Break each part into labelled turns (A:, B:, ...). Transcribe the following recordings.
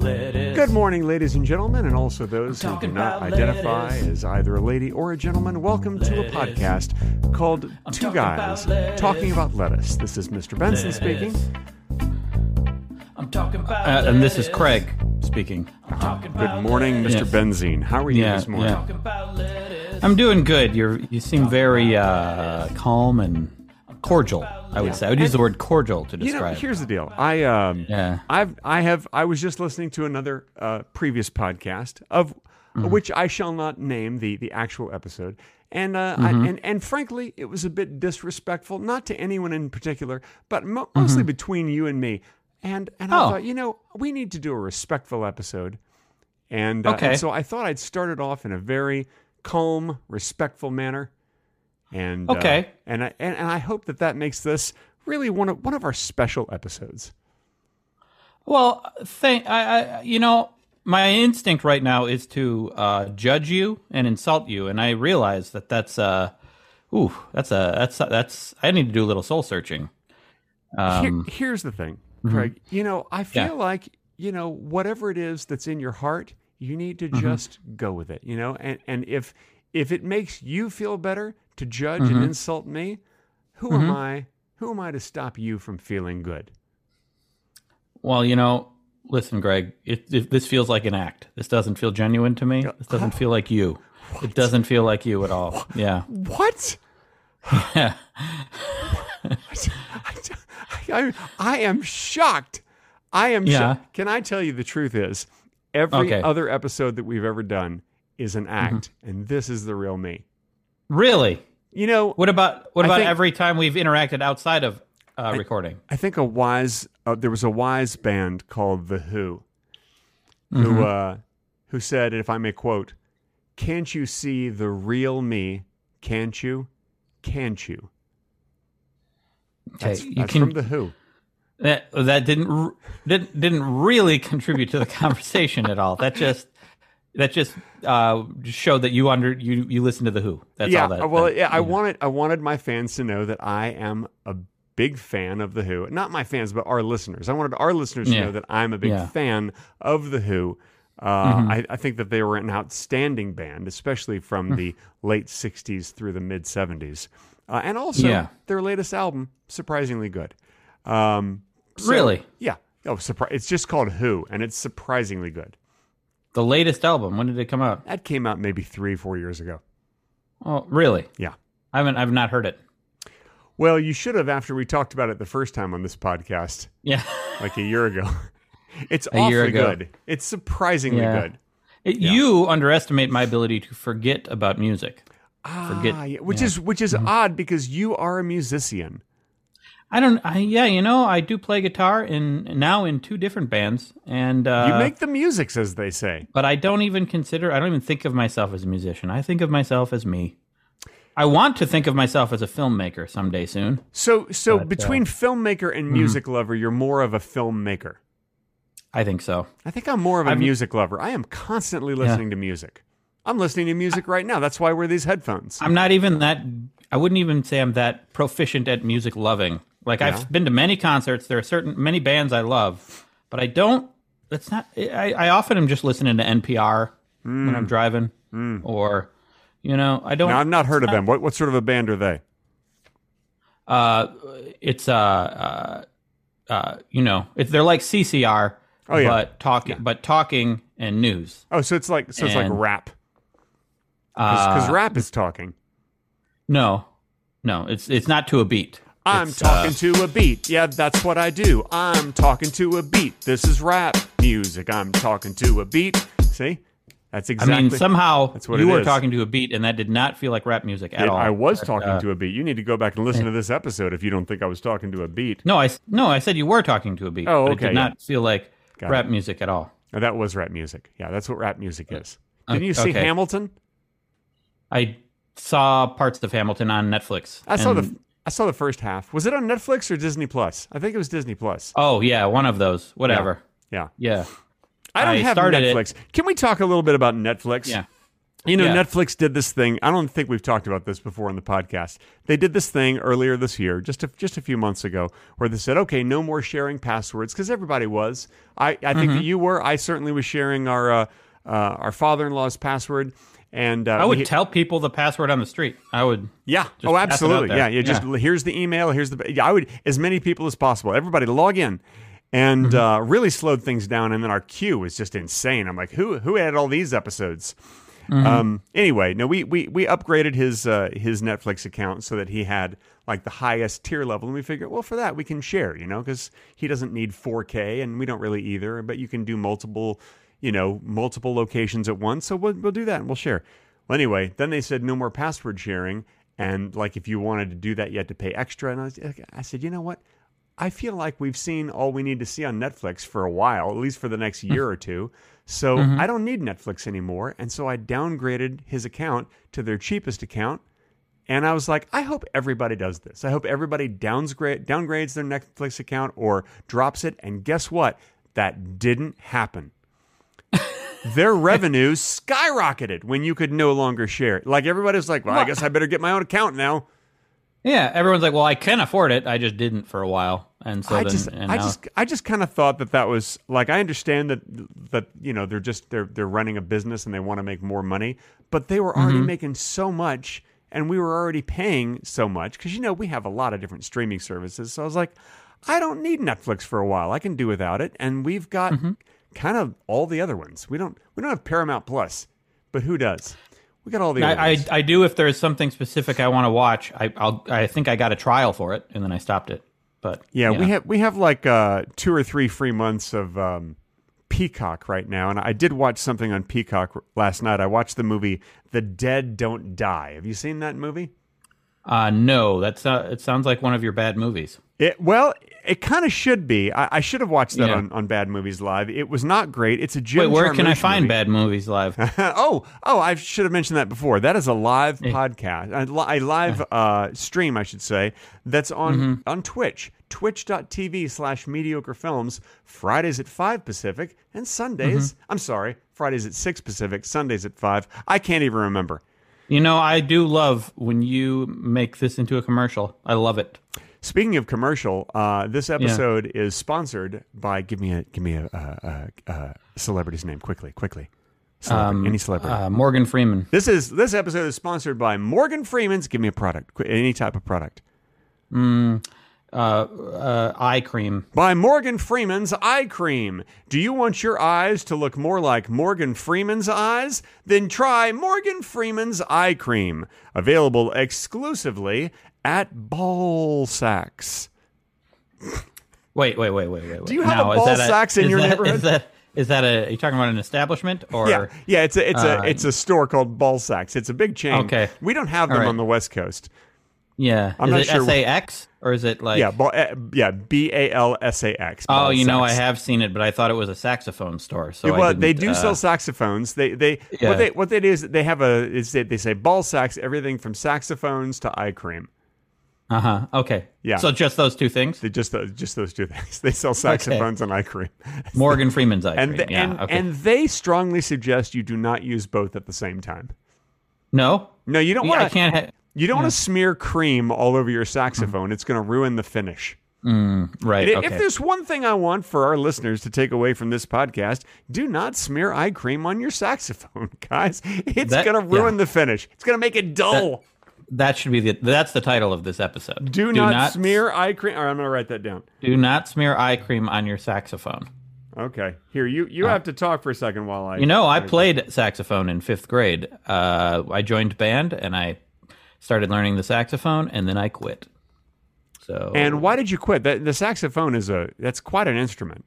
A: Good morning, ladies and gentlemen, and also those who do
B: talking
A: not
B: about
A: identify
B: ladies.
A: as either a lady or a gentleman. Welcome to a
B: Ladies.
A: podcast called Two
B: talking about
A: Guys
B: ladies.
A: Talking About Lettuce. This is Mr. Benson
B: Ladies.
A: speaking.
B: I'm talking about.
C: Uh, and this is
B: lettuce.
C: Craig speaking.
B: I'm talking about
A: Good morning,
B: lettuce.
A: Mr.
C: Yes.
A: Benzine. How are you
C: Yeah,
A: this morning?
C: yeah.
B: Talking about lettuce.
C: I'm doing good. You are you seem very uh, calm and cordial. I would say I would use the word cordial to
A: You know,
C: describe.
A: here's the deal. I um,
C: Yeah.
A: I've I have I was just listening to another uh, previous podcast of
C: Mm-hmm.
A: which I shall not name the the actual episode, and uh,
C: Mm-hmm.
A: I, and and frankly, it was a bit disrespectful, not to anyone in particular, but mo- mostly between you and me. And and I
C: Mm-hmm. Oh.
A: thought, you know, we need to do a respectful episode. And, uh,
C: Okay.
A: and so I thought I'd start it off in a very calm, respectful manner. And uh,
C: Okay.
A: and I and, and I hope that that makes this really one of one of our special episodes.
C: well, thank I, I. You know, my instinct right now is to uh, judge you and insult you, and I realize that that's uh, ooh, that's a that's that's I need to do a little soul searching.
A: Here- here's the thing, Craig. You know, I feel like you know whatever it is that's in your heart, you need to just go with it. You know, and and if if it makes you feel better to judge and insult me, who am I? Who am I to stop you from feeling good?
C: Well, you know, listen, Greg, it, it, this feels like an act. This doesn't feel genuine to me. This doesn't feel like you. It doesn't feel like you at all. Yeah.
A: What?
C: Yeah.
A: I, I, I am shocked. I am
C: Yeah.
A: shocked. Can I tell you the truth is every
C: Okay. Mm-hmm.
A: other episode that we've ever done is an act and this is the real me.
C: Really?
A: You know,
C: What about what
A: I
C: about
A: think-
C: every time we've interacted outside of uh, recording?
A: I think a wise uh, there was a wise band called The Who
C: Mm-hmm.
A: who uh, who said if I may quote, "Can't you see the real me? Can't you? Can't you?"
C: Okay,
A: That's,
C: you
A: that's
C: can
A: from The Who.
C: that, that didn't r- didn't didn't really contribute to the conversation at all. That just that just uh, showed that you under you you listen to the Who. That's
A: yeah, uh,
C: all that.
A: well,
C: that-
A: yeah, I wanted I wanted my fans to know that I am a big fan of the Who. Not my fans, but our listeners. I wanted our listeners to
C: Yeah.
A: know that I'm a big
C: Yeah. Mm-hmm.
A: fan of the Who. Uh, I, I think that they were an outstanding band, especially
C: Mm.
A: from the late '60s through the mid '70s, uh, and also
C: Yeah.
A: their latest album, surprisingly good. Um, so-
C: Really?
A: Yeah. Oh, surpri- It's just called Who, and it's surprisingly good.
C: the latest album. When did it come out?
A: That came out maybe three, four years ago.
C: Oh, really?
A: Yeah.
C: I haven't I've not heard it.
A: Well, you should have after we talked about it the first time on this podcast,
C: Yeah.
A: like a year ago. It's
C: A
A: awfully
C: year ago.
A: good. It's surprisingly
C: Yeah.
A: good.
C: It- You underestimate my ability to forget about music. Forget- Mm-hmm.
A: Ah, yeah, which is which is odd because you are a musician.
C: I don't. I, yeah, you know, I do play guitar in now in two different bands, and uh,
A: You make the musics, as they say.
C: But I don't even consider. I don't even think of myself as a musician. I think of myself as me. I want to think of myself as a filmmaker someday soon.
A: So so
C: uh,
A: between filmmaker
C: mm-hmm.
A: and music lover, you're more of a filmmaker.
C: I think so.
A: I think I'm more of a
C: I'm-
A: music lover. I am constantly listening to music. I'm listening to music right now. That's why I wear these headphones.
C: I'm not even that. I wouldn't even say I'm that proficient at music loving. Like I've been to many concerts. There are certain many bands I love, but I don't. That's not. I, I often am just listening to NPR when I'm driving, or you know, I don't.
A: now I've not heard of them. What what sort of a band are they?
C: uh, it's uh, uh, uh, you know, it's they're like CCR,
A: Oh, yeah.
C: but talking, but talking and news.
A: Oh, so it's like so it's like
C: And- uh,
A: rap. Because rap is talking.
C: No, no, it's it's not to a beat.
A: I'm
C: It's, uh,
A: talking to a beat. Yeah, that's what I do. I'm talking to a beat. This is rap music. I'm talking to a beat. See? That's
C: I
A: exactly.
C: mean, somehow
A: That's what
C: you
A: it
C: were
A: is.
C: talking to a beat, and that did not feel like rap music at
A: It-
C: all.
A: I was talking
C: uh,
A: to a beat. You need to go back and listen to this episode if you don't think I was talking to a beat.
C: No, I s- no, I said you were talking to a beat.
A: Oh, okay,
C: but It did
A: yeah.
C: not feel like
A: Got
C: rap music at all.
A: No, that was rap music. Yeah, that's what rap music is. Didn't you see
C: Uh, okay.
A: Hamilton?
C: I saw parts of Hamilton on Netflix.
A: I saw
C: and-
A: the I saw the first half. Was it on Netflix or Disney Plus? I think it was Disney Plus.
C: Oh yeah, one of those. Whatever.
A: Yeah.
C: Yeah.
A: I don't
C: I
A: have
C: started it-
A: Netflix. Can we talk a little bit about Netflix?
C: Yeah.
A: You know,
C: Yeah.
A: Netflix did this thing. I don't think we've talked about this before on the podcast. They did this thing earlier this year, just a, just a few months ago, where they said, "Okay, no more sharing passwords," because everybody was. I, I think
C: Mm-hmm.
A: that you were. I certainly was sharing our uh, uh, our father in law's password, and uh,
C: I would
A: we-
C: tell people the password on the street. I would.
A: yeah.
C: Just
A: Oh,
C: pass it out
A: absolutely.
C: there.
A: Yeah. You just
C: Yeah.
A: here's the email. Here's the. yeah, I would as many people as possible. Everybody log in, and
C: Mm-hmm.
A: uh, really slowed things down. And then our queue was just insane. I'm like, who who had all these episodes? Um, anyway, no, we we we upgraded his uh, his Netflix account so that he had like the highest tier level, and we figured, well, for that we can share, you know, because he doesn't need 4K, and we don't really either. But you can do multiple, you know, multiple locations at once, so we'll we'll do that and we'll share. Well, anyway, then they said no more password sharing, and like if you wanted to do that, you had to pay extra. And I, was, I said, you know what? I feel like we've seen all we need to see on Netflix for a while, at least for the next year or two. So I don't need Netflix anymore. And so I downgraded his account to their cheapest account. And I was like, I hope everybody does this. I hope everybody downgrade, downgrades their Netflix account or drops it. And guess what? That didn't happen. their revenue skyrocketed when you could no longer share. it. Like everybody's like, well, I guess I better get my own account now.
C: Yeah, everyone's like, "Well, I can afford it. I just didn't for a while." And so
A: I
C: then,
A: just,
C: and
A: I
C: now-
A: just, I just kind of thought that that was like I understand that that you know they're just they're they're running a business and they want to make more money, but they were
C: Mm-hmm.
A: already making so much and we were already paying so much because you know we have a lot of different streaming services. So I was like, I don't need Netflix for a while. I can do without it, and we've got
C: Mm-hmm.
A: kind of all the other ones. We don't we don't have Paramount Plus, but who does? We got all the other
C: I, I,
A: ones.
C: I do if there's something specific I want to watch. I, I'll, I think I got a trial for it, and then I stopped it. But
A: Yeah, we have we have like uh, two or three free months of um, Peacock right now, and I did watch something on Peacock r- last night. I watched the movie "The Dead Don't Die." Have you seen that movie?
C: Uh, no, that's uh, it. Sounds like one of your bad movies.
A: It, well, it kind of should be. I, I should have watched that
C: Yeah.
A: on, on Bad Movies Live. It was not great. It's a Jim.
C: Wait, where can I
A: Jarmusch
C: find
A: movie.
C: bad movies live?
A: oh, oh, I should have mentioned that before. That is a live podcast, a, li- a live uh, stream, I should say, that's on on Twitch, twitch.tv slash mediocre films, Fridays at 5 Pacific and Sundays. I'm sorry, Fridays at 6 Pacific, Sundays at 5. I can't even remember.
C: you know, I do love when you make this into a commercial. I love it.
A: Speaking of commercial, uh, this episode is sponsored by give me a give me a, a, a, a celebrity's name quickly, quickly. Celebrity, any celebrity.
C: Uh, Morgan Freeman.
A: This is this episode is sponsored by Morgan Freeman's. Give me a product, qu- any type of product.
C: Uh, eye cream.
A: By Morgan Freeman's eye cream. Do you want your eyes to look more like Morgan Freeman's eyes? Then try Morgan Freeman's eye cream, available exclusively at Ball Sacks.
C: Wait, wait, wait, wait, wait. wait.
A: Do you have
C: Now,
A: a
C: is
A: ball
C: that
A: sacks in
C: is
A: your
C: that-
A: neighborhood?
C: Is that is that a? Are you talking about an establishment or?
A: Yeah, yeah. It's a it's a it's a store called Ball Sacks. It's a big chain.
C: Uh, Okay.
A: we don't have them
C: All right.
A: on the West Coast.
C: Yeah.
A: I'm
C: is
A: not
C: it
A: sure-
C: SAX or is it like?
A: Yeah, ball, eh, yeah. B A L S A X.
C: Oh, you know, I
A: Sacks.
C: have seen it, but I thought it was a saxophone store. So I
A: well, they
C: didn't,
A: do
C: uh,
A: sell saxophones. They they
C: Yeah.
A: what they what they do is they have a is they, they say ball sacks everything from saxophones to eye cream.
C: Uh huh. Okay.
A: Yeah.
C: So just those two things.
A: They just uh, just those two things. They sell saxophones and eye cream.
C: Morgan Freeman's ice
A: And
C: cream.
A: the-
C: yeah.
A: and,
C: okay.
A: and they strongly suggest you do not use both at the same time.
C: no.
A: No, you don't
C: Yeah, I
A: want to.
C: can't. Mm-hmm. Ha-
A: You don't want to smear cream all over your saxophone. It's going to ruin the finish.
C: right.
A: And i-
C: okay.
A: If there's one thing I want for our listeners to take away from this podcast, do not smear eye cream on your saxophone, guys. It's
C: That-
A: going to ruin
C: yeah.
A: the finish. It's going to make it dull.
C: that should be the. That's the title of this episode.
A: Do, not, smear eye cream. All right, I'm going to write that down.
C: Do not smear eye cream on your saxophone.
A: Okay. Here, you you have to talk for a second while I.
C: Uh, You know, I played saxophone in fifth grade. Uh, I joined band and I started learning the saxophone, and then I quit. So
A: And why did you quit? That, the saxophone is a that's quite an instrument.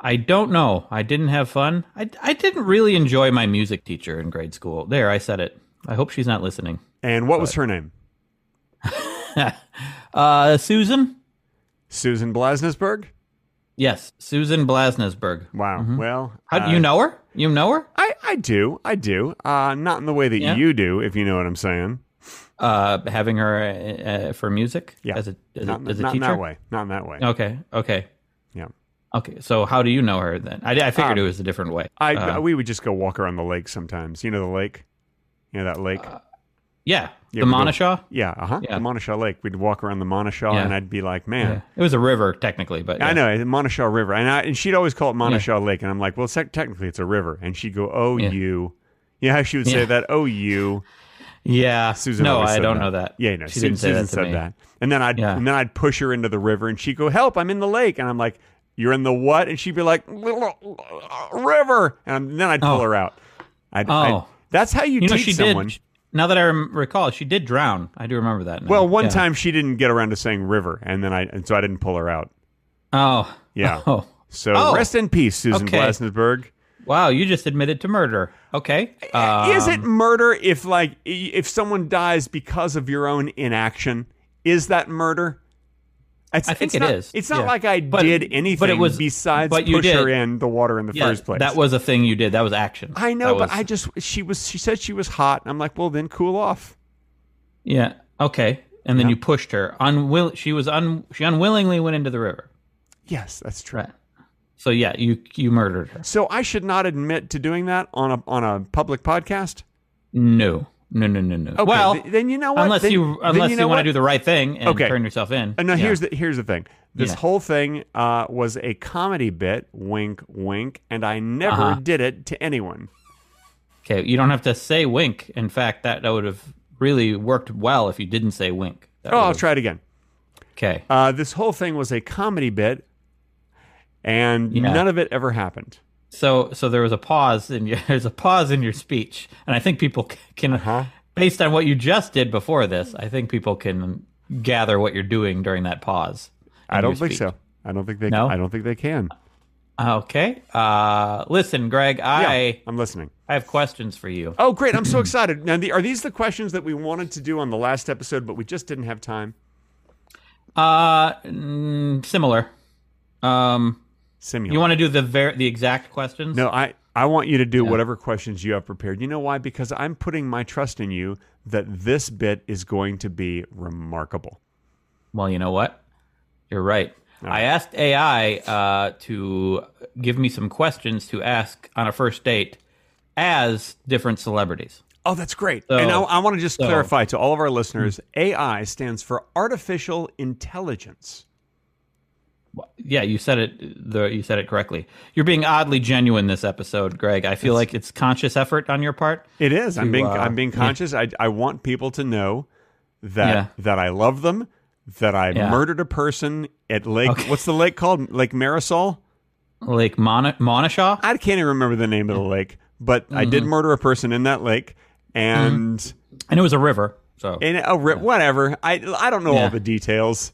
C: I don't know. I didn't have fun. I, I didn't really enjoy my music teacher in grade school. There, I said it. I hope she's not listening.
A: And what was her name?
C: Uh, Susan?
A: Susan Blasnesberg.
C: Yes, Susan Blasnesberg.
A: Wow. Well,
C: Mm-hmm. How,
A: uh,
C: you know her? You know her?
A: I I do I do. Uh, not in the way that
C: Yeah.
A: you do, if you know what I'm saying.
C: Uh, having her uh, uh, for music
A: Yeah.
C: as a as,
A: not
C: a, as a
A: not in
C: teacher.
A: that way. Not in that way.
C: Okay, okay.
A: Yeah.
C: Okay, so how do you know her then? I, I figured
A: Um,
C: it was a different way.
A: I
C: Uh,
A: we would just go walk around the lake sometimes. You know the lake, you know that lake.
C: yeah,
A: yeah,
C: the
A: we go-
C: Monashaw.
A: yeah, uh huh.
C: Uh, yeah.
A: The Monashaw Lake. We'd walk around the Monashaw,
C: Yeah.
A: and I'd be like, man.
C: It was a river technically, but yeah.
A: I know the Monashaw River, and I, and she'd always call it Monashaw Lake, and I'm like, well, sec- technically it's a river, and she'd go, oh
C: Yeah.
A: you, yeah, she would say
C: Yeah.
A: that, oh you,
C: Yeah,
A: Susan.
C: No,
A: always
C: I
A: said
C: don't
A: that.
C: know that.
A: Yeah, no,
C: she
A: Su-
C: didn't say
A: Susan
C: that to
A: said
C: me.
A: that, and then I'd
C: Yeah.
A: and then I'd push her into the river, and she'd go, help, I'm in the lake, and I'm like, you're in the what? And she'd be like, river, and then I'd pull
C: Oh.
A: her out. I'd, I'd-
C: Oh.
A: that's how you,
C: You know,
A: teach
C: she
A: someone.
C: did. Now that I rem- recall, she did drown. I do remember that. Now.
A: Well, one
C: Yeah.
A: time she didn't get around to saying river, and then I and so I didn't pull her out.
C: Oh,
A: Yeah.
C: Oh,
A: So
C: Oh.
A: rest in peace, Susan
C: Okay.
A: Blasensberg.
C: wow! You just admitted to murder. Okay.
A: is it
C: Um,
A: murder if like i- if someone dies because of your own inaction? Is that murder? It's,
C: I think
A: it's
C: it
A: not,
C: is,
A: It's not
C: yeah.
A: like I
C: But-
A: did
C: but it
A: anything
C: was-
A: besides
C: but you
A: push her
C: did.
A: in the water in the
C: yeah,
A: first place.
C: That was a thing you did. That was action.
A: I know,
C: That
A: but
C: was-
A: I just she was she said she was hot. And I'm like, well, then cool off.
C: Yeah. Okay. And then you pushed her. Unwill. She was un. She unwillingly went into the river.
A: Yes, that's true.
C: Right. So yeah, you you murdered her.
A: So I should not admit to doing that on a on a public podcast.
C: No. No. No. No. No.
A: Okay,
C: well,
A: th- then you know what?
C: unless
A: Then-
C: you
A: then
C: unless
A: you
C: you,
A: know
C: want
A: what?
C: to do the right thing and
A: Okay.
C: turn yourself in.
A: Uh, no,
C: Yeah.
A: here's the here's the thing. This
C: Yeah.
A: whole thing uh, was a comedy bit, wink, wink, and I never
C: Uh-huh.
A: did it to anyone.
C: Okay, you don't have to say wink. In fact, that, that would have really worked well if you didn't say wink. That
A: Oh,
C: would
A: I'll
C: have-
A: try it again.
C: Okay.
A: Uh, this whole thing was a comedy bit, and
C: Yeah.
A: none of it ever happened.
C: So so there was a pause in your there's a pause in your speech, and I think people c- can,
A: Uh-huh.
C: based on what you just did before this, I think people can gather what you're doing during that pause. in
A: I don't
C: your
A: think
C: speech.
A: so. I don't think they.
C: No?
A: I don't think they can.
C: Okay. Uh, listen, Greg,
A: Yeah,
C: I
A: I'm listening.
C: I have questions for you.
A: Oh, great! I'm so excited. Now, the, are these the questions that we wanted to do on the last episode, but we just didn't have time?
C: Uh, mm, similar. Um,
A: Simulate.
C: you want to do the ver- the exact questions?
A: No, I I want you to do whatever questions you have prepared. You know why? Because I'm putting my trust in you that this bit is going to be remarkable.
C: Well, you know what? You're right. I asked AI uh, to give me some questions to ask on a first date as different celebrities.
A: Oh, that's great.
C: So-
A: and I, I want to just
C: so- Hmm.
A: clarify to all of our listeners AI stands for artificial intelligence.
C: Yeah, you said it. The you said it correctly. You're being oddly genuine this episode, Greg. I feel like it's conscious effort on your part.
A: It is. I'm being
C: uh,
A: I'm being conscious. I I want people to know that
C: Yeah.
A: that I love them, that I
C: Yeah.
A: murdered a person at Lake
C: Okay.
A: what's the lake called? Lake Marisol?
C: Lake Mon- Monashaw.
A: I can't even remember the name of the lake, but I
C: Mm-hmm.
A: did murder a person in that lake
C: Hmm.
A: and
C: and it was a river. So
A: in a ri- oh, whatever. I I don't know all
C: Yeah.
A: the details.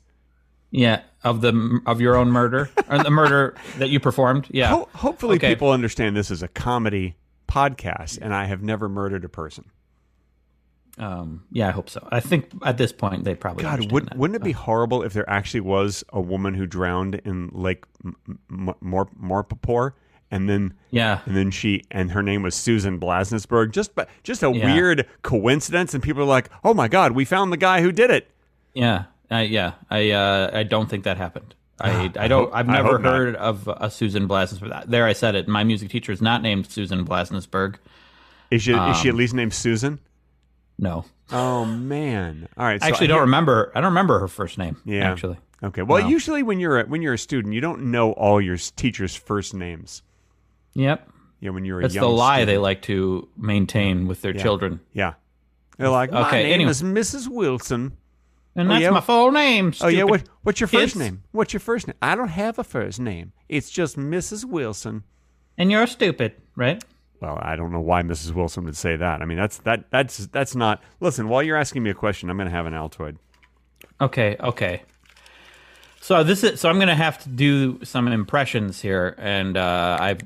C: yeah, of the of your own murder or the murder that you performed. Yeah.
A: Ho- hopefully,
C: Okay.
A: people understand this is a comedy podcast, and I have never murdered a person.
C: Um, yeah, I hope so. I think at this point they probably
A: God,
C: understand
A: would,
C: that.
A: wouldn't it be horrible if there actually was a woman who drowned in Lake M- M- Mor- Morpapore, and then
C: yeah.
A: and then she and her name was Susan Blasensberg? Just but just a
C: Yeah.
A: weird coincidence, and people are like, "Oh my God, we found the guy who did it."
C: Yeah, uh, yeah. I uh, I don't think that happened. I I don't. I've
A: Ah, I
C: never
A: hope not.
C: heard of a Susan Blasensberg. There, I said it. My music teacher is not named Susan Blasensberg.
A: Is she is she at
C: Um.
A: least named Susan?
C: No,
A: Oh man! All right, so
C: I
A: I
C: actually don't
A: hear-
C: remember. I don't remember her first name.
A: Yeah.
C: actually.
A: Okay. Well, usually when you're a, when you're a student, you don't know all your s- teachers' first names.
C: Yep.
A: You know, when you're a
C: That's
A: young
C: the lie
A: student.
C: they like to maintain with their children.
A: Yeah. They're like, my
C: Okay,
A: name
C: anyway.
A: is Mrs. Wilson.
C: And that's
A: Oh, yeah?
C: my full name.
A: Oh yeah,
C: stupid
A: what what's your first
C: kids.
A: name? What's your first name? I don't have a first name. It's just Mrs. Wilson.
C: And you're stupid, right?
A: Well, I don't know why Mrs. Wilson would say that. I mean, that's that that's that's not. Listen, while you're asking me a question, I'm going to have an Altoid.
C: Okay, okay. So this is so I'm gonna have to do some impressions here, and uh, I've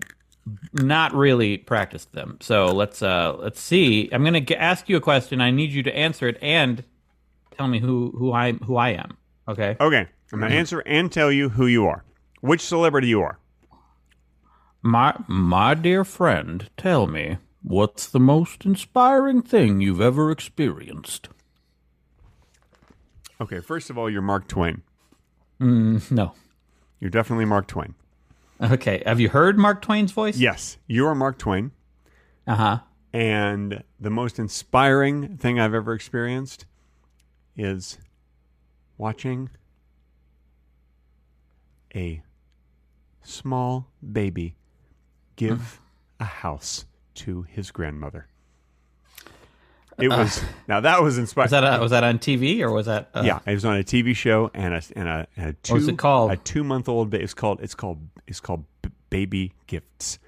C: not really practiced them. So let's uh, let's see. I'm gonna g- ask you a question. I need you to answer it and tell me who who I who I am. Okay.
A: Okay, I'm
C: Mm-hmm.
A: going to answer and tell you who you are, which celebrity you are.
C: My my dear friend, tell me what's the most inspiring thing you've ever experienced.
A: Okay, first of all, you're Mark Twain.
C: No.
A: You're definitely Mark Twain.
C: Okay. Have you heard Mark Twain's voice?
A: Yes, you are Mark Twain,
C: Uh huh.
A: and the most inspiring thing I've ever experienced is watching a small baby give a house to his grandmother. It was now that was inspiring.
C: Was that a, was that on TV or was that? Uh,
A: yeah, it was on a TV show and a and a, and a two
C: What was it called?
A: a two month old. Ba- it's called it's called it's called B- baby gifts.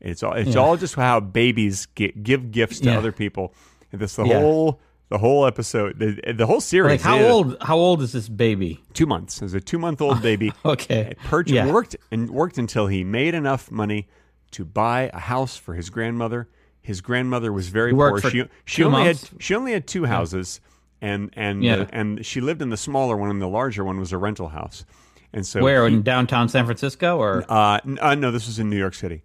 A: It's all it's all just how babies get, give gifts to
C: Yeah.
A: other people. And this the
C: Yeah.
A: whole the whole episode the, the whole series.
C: Like how
A: is
C: old? How old is this baby?
A: Two months. It was a two month old baby.
C: Okay.
A: Perch
C: Yeah.
A: worked and worked until he made enough money to buy a house for his grandmother. His grandmother was very poor.
C: worked for
A: She she
C: two
A: only
C: months?
A: had she only had two houses, and and uh,
C: Yeah.
A: and she lived in the smaller one, and the larger one was a rental house. And so
C: Where in downtown San Francisco or?
A: uh, n- uh, no, this was in New York City.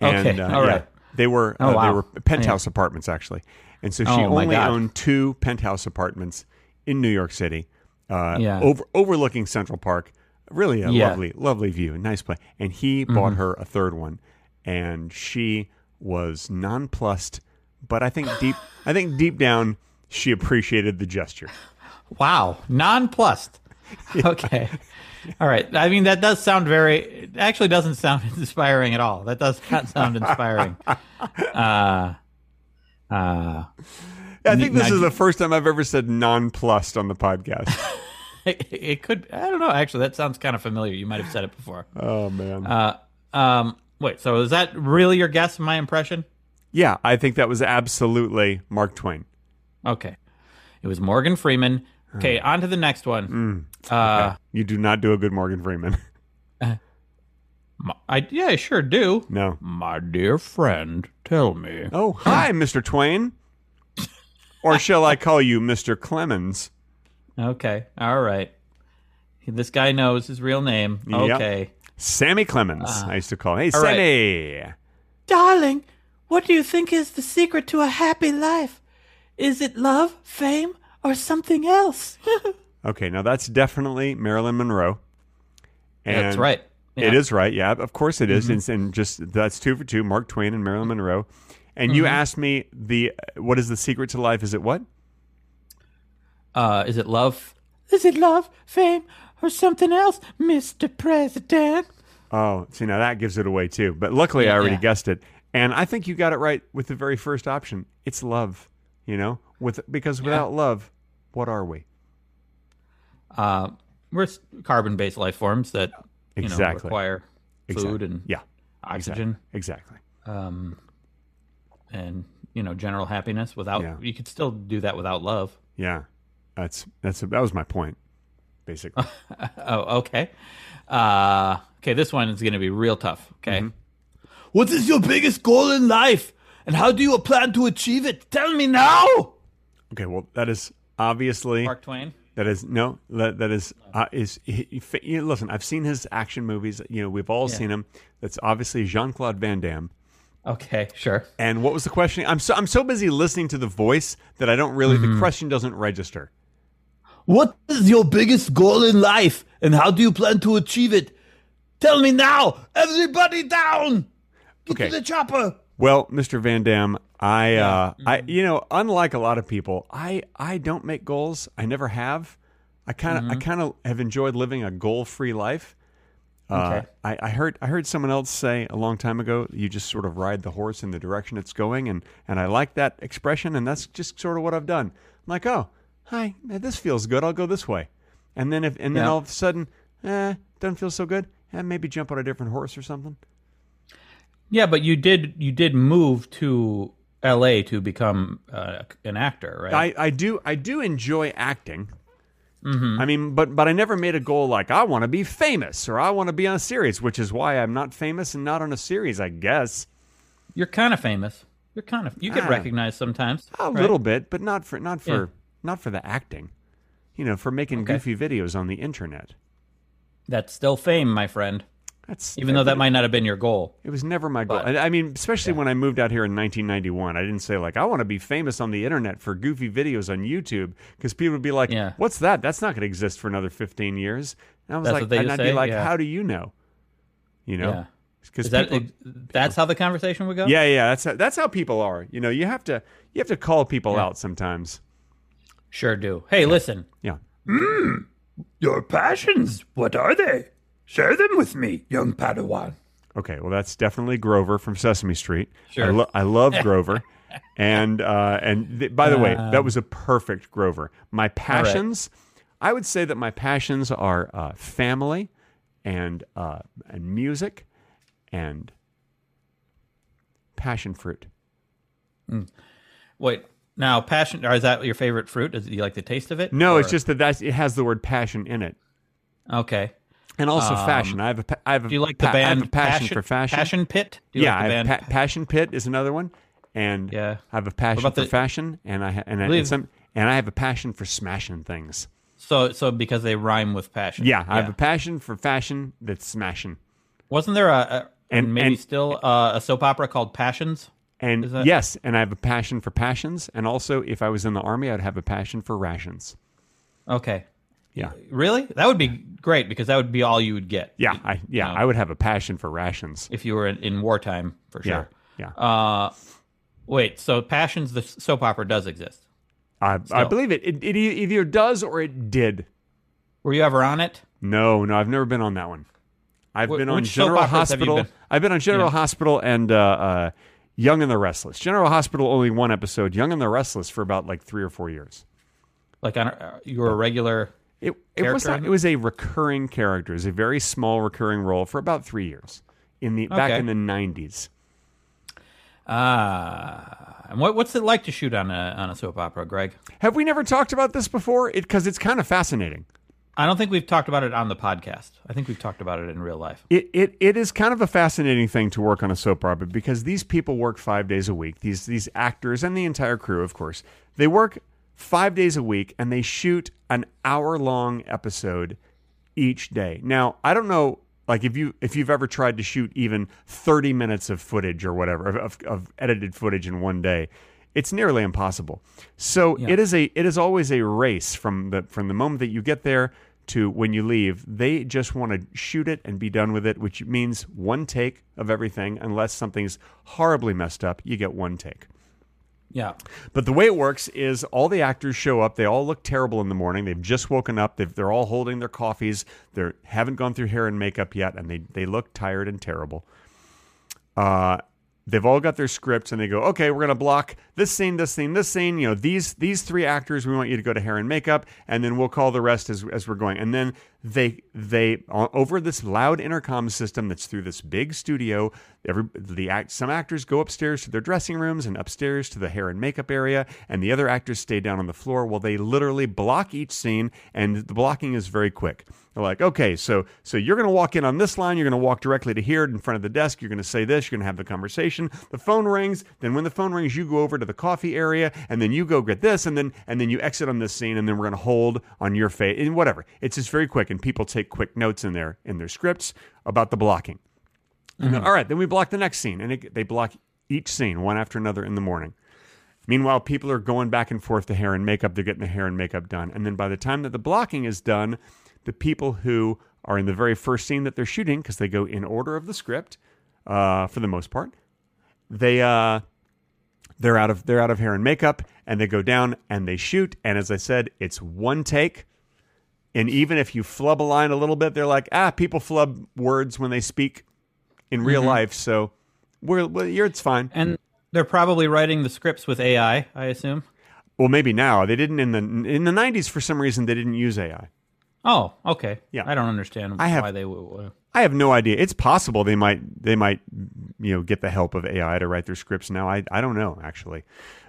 A: And,
C: Okay,
A: uh,
C: all
A: yeah,
C: right. Oh,
A: they were uh, they
C: wow.
A: were penthouse apartments actually, and so she
C: Oh, my
A: only
C: God.
A: owned two penthouse apartments in New York City, uh,
C: Yeah.
A: over overlooking Central Park. Really a
C: Yeah. Mm-hmm.
A: lovely, lovely view, a nice place. And he bought her a third one, and she was nonplussed, but I think deep, I think deep down she appreciated the gesture.
C: Wow, nonplussed. Okay. All right. I mean, that does sound very. It actually doesn't sound inspiring at all. That does not sound inspiring. Uh, uh,
A: I think this
C: Now-
A: is the first time I've ever said nonplussed on the podcast.
C: it, it could. I don't know. Actually, that sounds kind of familiar. You might have said it before.
A: oh man.
C: Uh, um, wait. So is that really your guess? My impression?
A: Yeah, I think that was absolutely Mark Twain.
C: Okay. It was Morgan Freeman. Okay. On to the next one. Uh,
A: You do not do a good Morgan Freeman.
C: m- I yeah, I sure do.
A: No.
C: My dear friend, tell me.
A: Oh, hi, Mr. Twain. Or shall I call you Mr. Clemens?
C: Okay. All right. This guy knows his real name.
A: Yep.
C: Okay.
A: Sammy Clemens, I used to call him. Hey,
C: Ah. all right.
A: Sammy.
D: Darling, what do you think is the secret to a happy life? Is it love, fame, or something else?
A: Okay, now that's definitely Marilyn Monroe. And
C: That's right.
A: It
C: Yeah. Mm-hmm.
A: is right. Yeah, of course it is. It's- And, just that's two for two Mark Twain and Marilyn Monroe. And
C: Mm-hmm.
A: you asked me the what is the secret to life? Is it what?
C: Uh, is it love?
D: is it love, fame, or something else, Mr. President?
A: Oh, see now that gives it away too. But luckily, I already
C: yeah.
A: guessed it, and I think you got it right with the very first option. It's love, you know, with because without love, what are we?
C: Uh, we're s- carbon-based life forms that you know,
A: Exactly.
C: require food
A: Exactly.
C: and
A: Yeah,
C: oxygen
A: exactly.
C: and you know general happiness. Without
A: Yeah.
C: you could still do that without love.
A: Yeah, that's that's that was my point, basically.
C: Oh, okay. Uh, okay, this one is going to be real tough. Okay. What is your biggest goal in life, and how do you plan to achieve it? Tell me now.
A: okay, well that is obviously
C: Mark Twain.
A: That is no. That, that is uh, is. He, he- fa- you know, listen, I've seen his action movies. You know, we've all seen him. That's obviously Jean Claude Van Damme.
C: Okay, sure.
A: And what was the question? I'm so I'm so busy listening to the voice that I don't really.
C: Mm-hmm.
A: The question doesn't register.
C: What is your biggest goal in life and how do you plan to achieve it? Tell me now! Everybody down! Get
A: Okay. the
C: chopper!
A: Well, Mr. Van Dam, I, uh, I,
C: mm-hmm.
A: you know, unlike a lot of people, I, I don't make goals. I never have. I kind of, I
C: Mm-hmm.
A: kind of have enjoyed living a goal-free life. Uh,
C: Okay.
A: I, I heard, I heard someone else say a long time ago, you just sort of ride the horse in the direction it's going, and and I like that expression, and that's just sort of what I've done. I'm like, oh, hi, man, this feels good. I'll go this way, and then if, and then
C: Yeah.
A: all of a sudden, eh, doesn't feel so good, and maybe jump on a different horse or something.
C: Yeah, but you did you did move to LA to become uh, an actor, right?
A: I, I do I do enjoy acting.
C: Mm-hmm.
A: I mean, but but I never made a goal like I want to be famous or I want to be on a series, which is why I'm not famous and not on a series, I guess.
C: You're kind of famous. You're kind of you get
A: Ah.
C: recognized sometimes.
A: A
C: right?
A: little bit, but not for not for
C: Yeah.
A: not for the acting. You know, for making
C: Okay.
A: goofy videos on the internet.
C: That's still fame, my friend.
A: That's
C: Even though that might not have been your goal.
A: it was never my goal.
C: But-
A: I, I mean, especially when I moved out here in 1991, I didn't say like I want to be famous on the internet for goofy videos on YouTube because people would be like,
C: Yeah.
A: "What's that? That's not going to exist for another 15 years." And I was
C: That's
A: like,
C: what they
A: and I'd
C: just
A: be
C: say?
A: like,
C: Yeah.
A: "How do you know?" You know.
C: Yeah.
A: Because
C: Is that that's how the conversation would go?
A: yeah, yeah, that's how, that's how people are. You know, you have to you have to call people out sometimes.
C: Sure do. Hey, listen.
A: Yeah.
E: Your passions, what are they? Share them with me, young Padawan.
A: Okay, well, that's definitely Grover from Sesame Street. I,
C: Sure.
A: lo- I love Grover, and uh, and th- by the way, that
C: Um.
A: was a perfect Grover. My passions, I would say that my passions are uh, family, and uh, and music, and passion fruit.
C: Wait. Now, passion or is that your favorite fruit? Is, do you like the taste of it?
A: No, it's
C: Or-
A: just that that's, it has the word passion in it,
C: okay.
A: and also fashion. I have a pa- I have a
C: Um, Do you like the
A: pa- I have
C: band
A: a passion, for fashion.
C: Passion Pit? Do you
A: yeah,
C: like the
A: I have
C: band
A: pa- Passion Pit is another one, and
C: Yeah.
A: I have a passion for
C: about the-
A: fashion, and I ha- and, I, and
C: Believe-
A: some and I have a passion for smashing things.
C: So so because they rhyme with passion.
A: Yeah, I have a passion for fashion that's smashing,
C: Wasn't there a, a
A: And-
C: and maybe
A: and-
C: still uh, a soap opera called Passions?
A: and
C: Is that-
A: yes, and I have a passion for passions, and also if I was in the army, I'd have a passion for rations.
C: Okay.
A: Yeah,
C: Really? That would be great because that would be all you would get.
A: yeah, I yeah, I would have a passion for rations.
C: If you were in, in wartime, for
A: Yeah,
C: sure.
A: yeah,
C: Uh, wait. So Passions, the soap opera, does exist.
A: I, I believe it. it. It e- either does or it did.
C: Were you ever on it?
A: No, no, I've never been on that one. I've
C: Wh-
A: been on
C: which soap
A: General
C: operas have you
A: Hospital.
C: been-
A: I've been on General Hospital and uh, uh, Young and the Restless. General Hospital only one episode. Young and the Restless for about like three or four years.
C: Like on a, you were a regular.
A: It it was
C: Character
A: not,
C: on
A: it was a recurring character. It was a very small recurring role for about three years in the back
C: Okay.
A: in the nineties.
C: Ah, and what, what's it like to shoot on a on a soap opera, Greg?
A: Have we never talked about this before? It because it's kind of fascinating.
C: I don't think we've talked about it on the podcast. I think we've talked about it in real life.
A: It, it it is kind of a fascinating thing to work on a soap opera because these people work five days a week. These these actors and the entire crew, of course, they work five days a week and they shoot an hour long episode each day. Now I don't know, like if you if you've ever tried to shoot even thirty minutes of footage or whatever of, of, of edited footage in one day, it's nearly impossible. So it is a it is always a race from the from the moment that you get there to when you leave, they just want to shoot it and be done with it, which means one take of everything, unless something's horribly messed up, you get one take.
C: Yeah.
A: But the way it works is all the actors show up. They all look terrible in the morning. They've just woken up. They've, they're all holding their coffees. They haven't gone through hair and makeup yet, and they, they look tired and terrible. Uh, they've all got their scripts, and they go, okay, we're going to block this scene, this scene, this scene. You know, these these three actors, we want you to go to hair and makeup, and then we'll call the rest as, as we're going. And then they they o- over this loud intercom system that's through this big studio. Every the act some actors go upstairs to their dressing rooms and upstairs to the hair and makeup area, and the other actors stay down on the floor while they literally block each scene. And the blocking is very quick. They're like, okay, so so you're going to walk in on this line. You're going to walk directly to here in front of the desk. You're going to say this. You're going to have the conversation. The phone rings. Then when the phone rings, you go over to the coffee area, and then you go get this, and then and then you exit on this scene, and then we're going to hold on your face and whatever. It's just very quick, and people take quick notes in their in their scripts about the blocking. And then, all right, then we block the next scene, and it, they block each scene one after another in the morning. Meanwhile, people are going back and forth to hair and makeup. They're getting the hair and makeup done. And then by the time that the blocking is done, the people who are in the very first scene that they're shooting, because they go in order of the script uh, for the most part, they uh, they're out of they're out of hair and makeup, and they go down and they shoot. And as I said, it's one take. And even if you flub a line a little bit, they're like, ah, people flub words when they speak in real life, so we're, well, you're, it's fine.
C: And they're probably writing the scripts with AI, I assume.
A: Well, maybe now they didn't in the in the '90s for some reason they didn't use AI.
C: Oh, okay.
A: Yeah.
C: I don't understand
A: I have-
C: why they would. Uh,
A: I have no idea. It's possible they might they might you know get the help of AI to write their scripts now. I I don't know actually,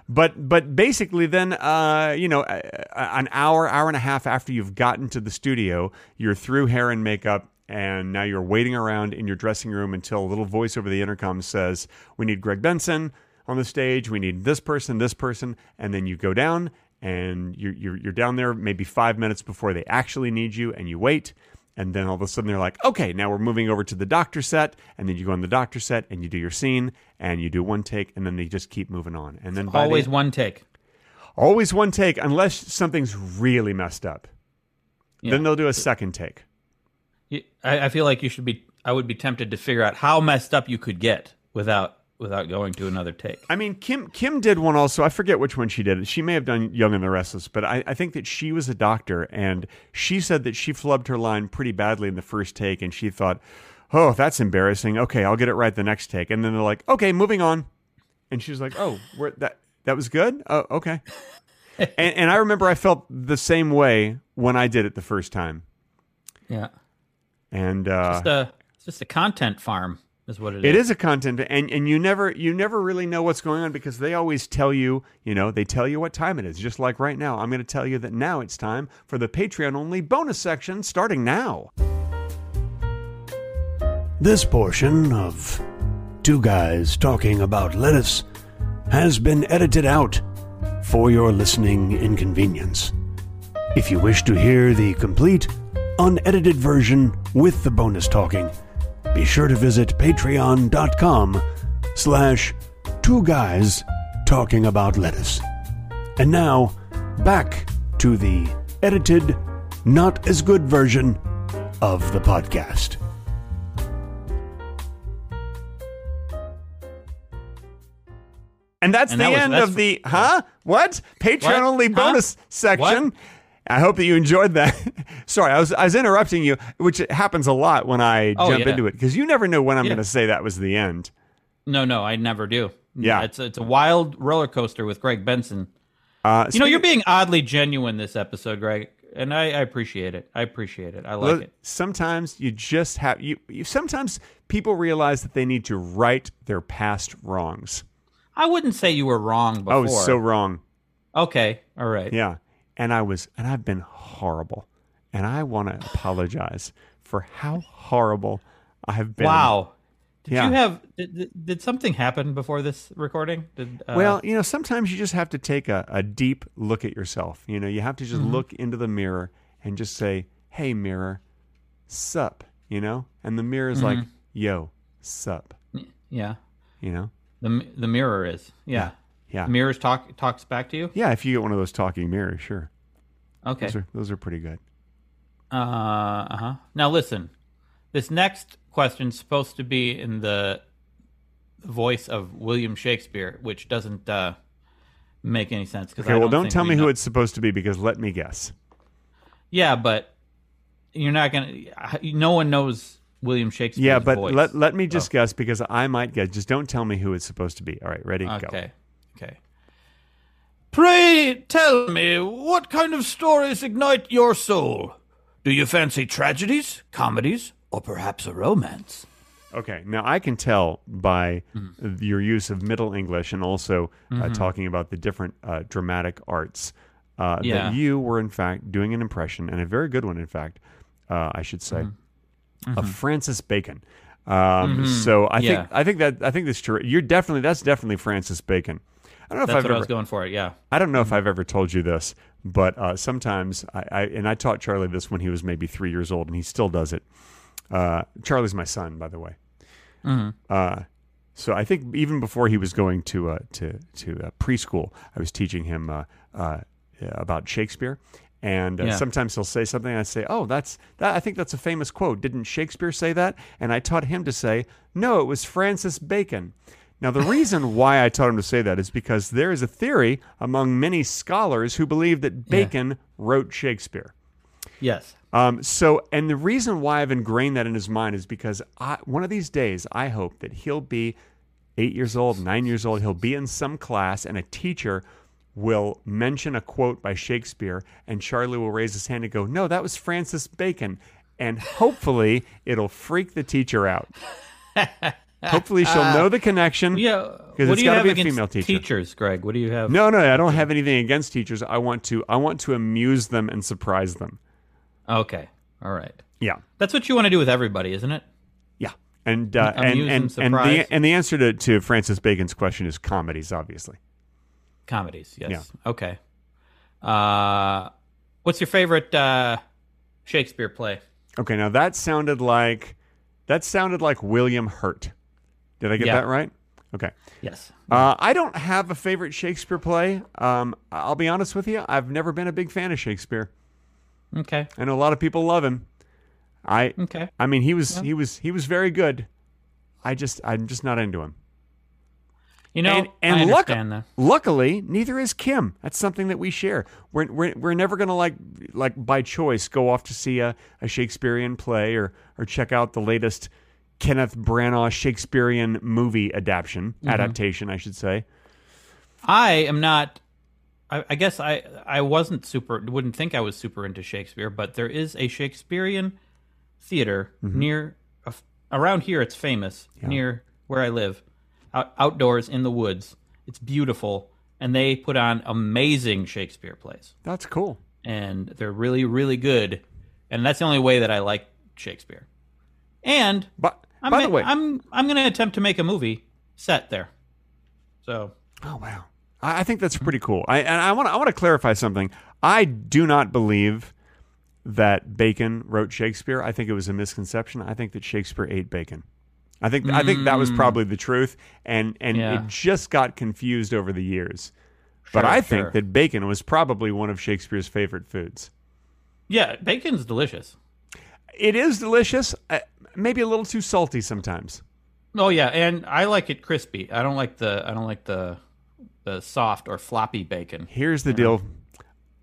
A: but but basically then uh you know a- a- an hour hour and a half after you've gotten to the studio, you're through hair and makeup. And now you're waiting around in your dressing room until a little voice over the intercom says, "We need Greg Benson on the stage. We need this person, this person." And then you go down and you're you're, you're down there maybe five minutes before they actually need you, and you wait. And then all of a sudden they're like, okay, now we're moving over to the doctor set. And then you go on the doctor set and you do your scene and you do one take and then they just keep moving on. And then by the-
C: always one take.
A: always one take unless something's really messed up.
C: Yeah.
A: Then they'll do a second take.
C: You- I, I feel like you should be I would be tempted to figure out how messed up you could get without without going to another take.
A: I mean, Kim Kim did one also. I forget which one she did. She may have done Young and the Restless, but I, I think that she was a doctor and she said that she flubbed her line pretty badly in the first take, and she thought, "Oh, that's embarrassing. Okay, I'll get it right the next take." And then they're like, "Okay, moving on," and she's like, "Oh, we're, that that was good. Oh, okay." and, and I remember I felt the same way when I did it the first time,
C: Yeah,
A: and uh,
C: just a it's just a content farm is what
A: It is a content, and and you never you never really know what's going on because they always tell you, you know, they tell you what time it is. Just like right now, I'm going to tell you that now it's time for the Patreon only bonus section starting now.
F: This portion of Two Guys Talking About Lettuce has been edited out for your listening inconvenience. If you wish to hear the complete, unedited version with the bonus talking, be sure to visit patreon.com slash two guys talking about lettuce. And now, back to the edited, not as good version of the podcast.
A: And that's
C: And
A: the
C: that was-
A: end
C: that's-
A: of the huh? What? Patreon
C: What?
A: only
C: Huh?
A: bonus section.
C: What?
A: I hope that you enjoyed that. Sorry, I was I was interrupting you, which happens a lot when I
C: Oh,
A: jump
C: yeah.
A: into it because you never know when I'm
C: Yeah.
A: going to say that was the end.
C: No, no, I never do.
A: Yeah.
C: it's it's a wild roller coaster with Greg Benson.
A: Uh,
C: You know, you're being oddly genuine this episode, Greg, and I, I appreciate it. I appreciate it. I like
A: Look,
C: it.
A: Sometimes you just have you, you. Sometimes people realize that they need to right their past wrongs.
C: I wouldn't say you were wrong before.
A: I was Oh, so wrong.
C: okay. All right.
A: Yeah, and I was, and I've been horrible, and I want to apologize for how horrible I have been.
C: Wow. Did
A: Yeah.
C: you have did, did- did something happen before this recording? Did uh,
A: Well, you know, sometimes you just have to take a, a deep look at yourself. You know, you have to just look into the mirror and just say, "Hey, mirror, sup?" You know, and the mirror is like, "Yo, sup?"
C: yeah.
A: You know,
C: The m- the mirror is. Yeah.
A: yeah.
C: Mirrors talk talks back to you?
A: Yeah, if you get one of those talking mirrors, sure.
C: Okay.
A: Those are those are pretty good.
C: Uh huh. Now listen, this next question's supposed to be in the voice of William Shakespeare, which doesn't uh, make any sense.
A: Okay, well, don't tell me who it's supposed to be because let me guess.
C: Yeah, but you're not gonna. No one knows William Shakespeare.
A: Yeah, but
C: voice. Oh.
A: let let me just guess because I might guess. Just don't tell me who it's supposed to be. All right, ready? Go.
C: Okay. Okay. Pray tell me, what kind of stories ignite your soul?
E: Do you fancy tragedies, comedies, or perhaps a romance?
A: Okay. Now I can tell by
C: Mm-hmm.
A: your use of Middle English and also uh, talking about the different uh, dramatic arts uh,
C: Yeah.
A: that you were in fact doing an impression and a very good one, in fact, uh, I should say, of Francis Bacon. Um, So I
C: Mm-hmm. Yeah.
A: think I think that I think that's true. You're definitely that's definitely Francis Bacon. I don't know if
C: That's
A: I've
C: what
A: ever
C: I was going for. Yeah.
A: I don't know if I've ever told you this, but uh, sometimes I, I and I taught Charlie this when he was maybe three years old, and he still does it. Uh, Charlie's my son, by the way. Uh, so I think even before he was going to uh, to to uh, preschool, I was teaching him uh, uh, about Shakespeare, and uh,
C: Yeah.
A: sometimes he'll say something, and I say, "Oh, that's that." I think that's a famous quote. Didn't Shakespeare say that? And I taught him to say, "No, it was Francis Bacon." Now, the reason why I taught him to say that is because there is a theory among many scholars who believe that Bacon wrote Shakespeare.
C: Yes.
A: Um, so, and the reason why I've ingrained that in his mind is because I, one of these days, I hope that he'll be eight years old, nine years old, he'll be in some class, and a teacher will mention a quote by Shakespeare, and Charlie will raise his hand and go, No, that was Francis Bacon. And hopefully, it'll freak the teacher out. hopefully, she'll know the connection.
C: Yeah. What
A: it's
C: do you
A: gotta
C: have
A: be a
C: against
A: female teacher.
C: teachers, Greg? What do you have?
A: No, no, I don't have anything against teachers. I want to, I want to amuse them and surprise them.
C: Okay. All right.
A: Yeah.
C: That's what you want to do with everybody, isn't it?
A: Yeah. And uh,
C: Amuse
A: and and,
C: and
A: and
C: surprise.
A: the and the answer to, to Francis Bacon's question is comedies, obviously.
C: Comedies. Yes. Okay. Uh, what's your favorite uh, Shakespeare play?
A: Okay, now that sounded like that sounded like William Hurt. Did I get
C: Yeah.
A: that right? Okay.
C: Yes.
A: Uh, I don't have a favorite Shakespeare play. Um, I'll be honest with you. I've never been a big fan of Shakespeare.
C: Okay.
A: I know a lot of people love him. I
C: Okay.
A: I mean he was he was he was very good. I just I'm just not into him.
C: You know,
A: and and
C: I
A: luck-
C: understand that.
A: luckily, neither is Kim. That's something that we share. We're we're, we're never gonna like like by choice go off to see a, a Shakespearean play or or check out the latest Kenneth Branagh Shakespearean movie adaptation
C: Mm-hmm.
A: adaptation I should say.
C: I am not. I, I guess I I wasn't super. Wouldn't think I was super into Shakespeare, but there is a Shakespearean theater
A: Mm-hmm.
C: near uh, around here. It's famous near where I live, out, outdoors in the woods. It's beautiful, and they put on amazing Shakespeare plays,
A: That's cool.
C: and they're really really good. And that's the only way that I like Shakespeare. And
A: But
C: I'm,
A: by the way,
C: I'm I'm going to attempt to make a movie set there. So
A: Oh wow, I, I think that's pretty cool. I and I want I want to clarify something. I do not believe that Bacon wrote Shakespeare. I think it was a misconception. I think that Shakespeare ate bacon. I think I think that was probably the truth, and and
C: Mm. Yeah.
A: it just got confused over the years. but I
C: sure.
A: think that bacon was probably one of Shakespeare's favorite foods.
C: yeah, bacon's delicious.
A: It is delicious, uh, maybe a little too salty sometimes.
C: Oh yeah, and I like it crispy. I don't like the I don't like the the soft or floppy bacon.
A: Here's the deal.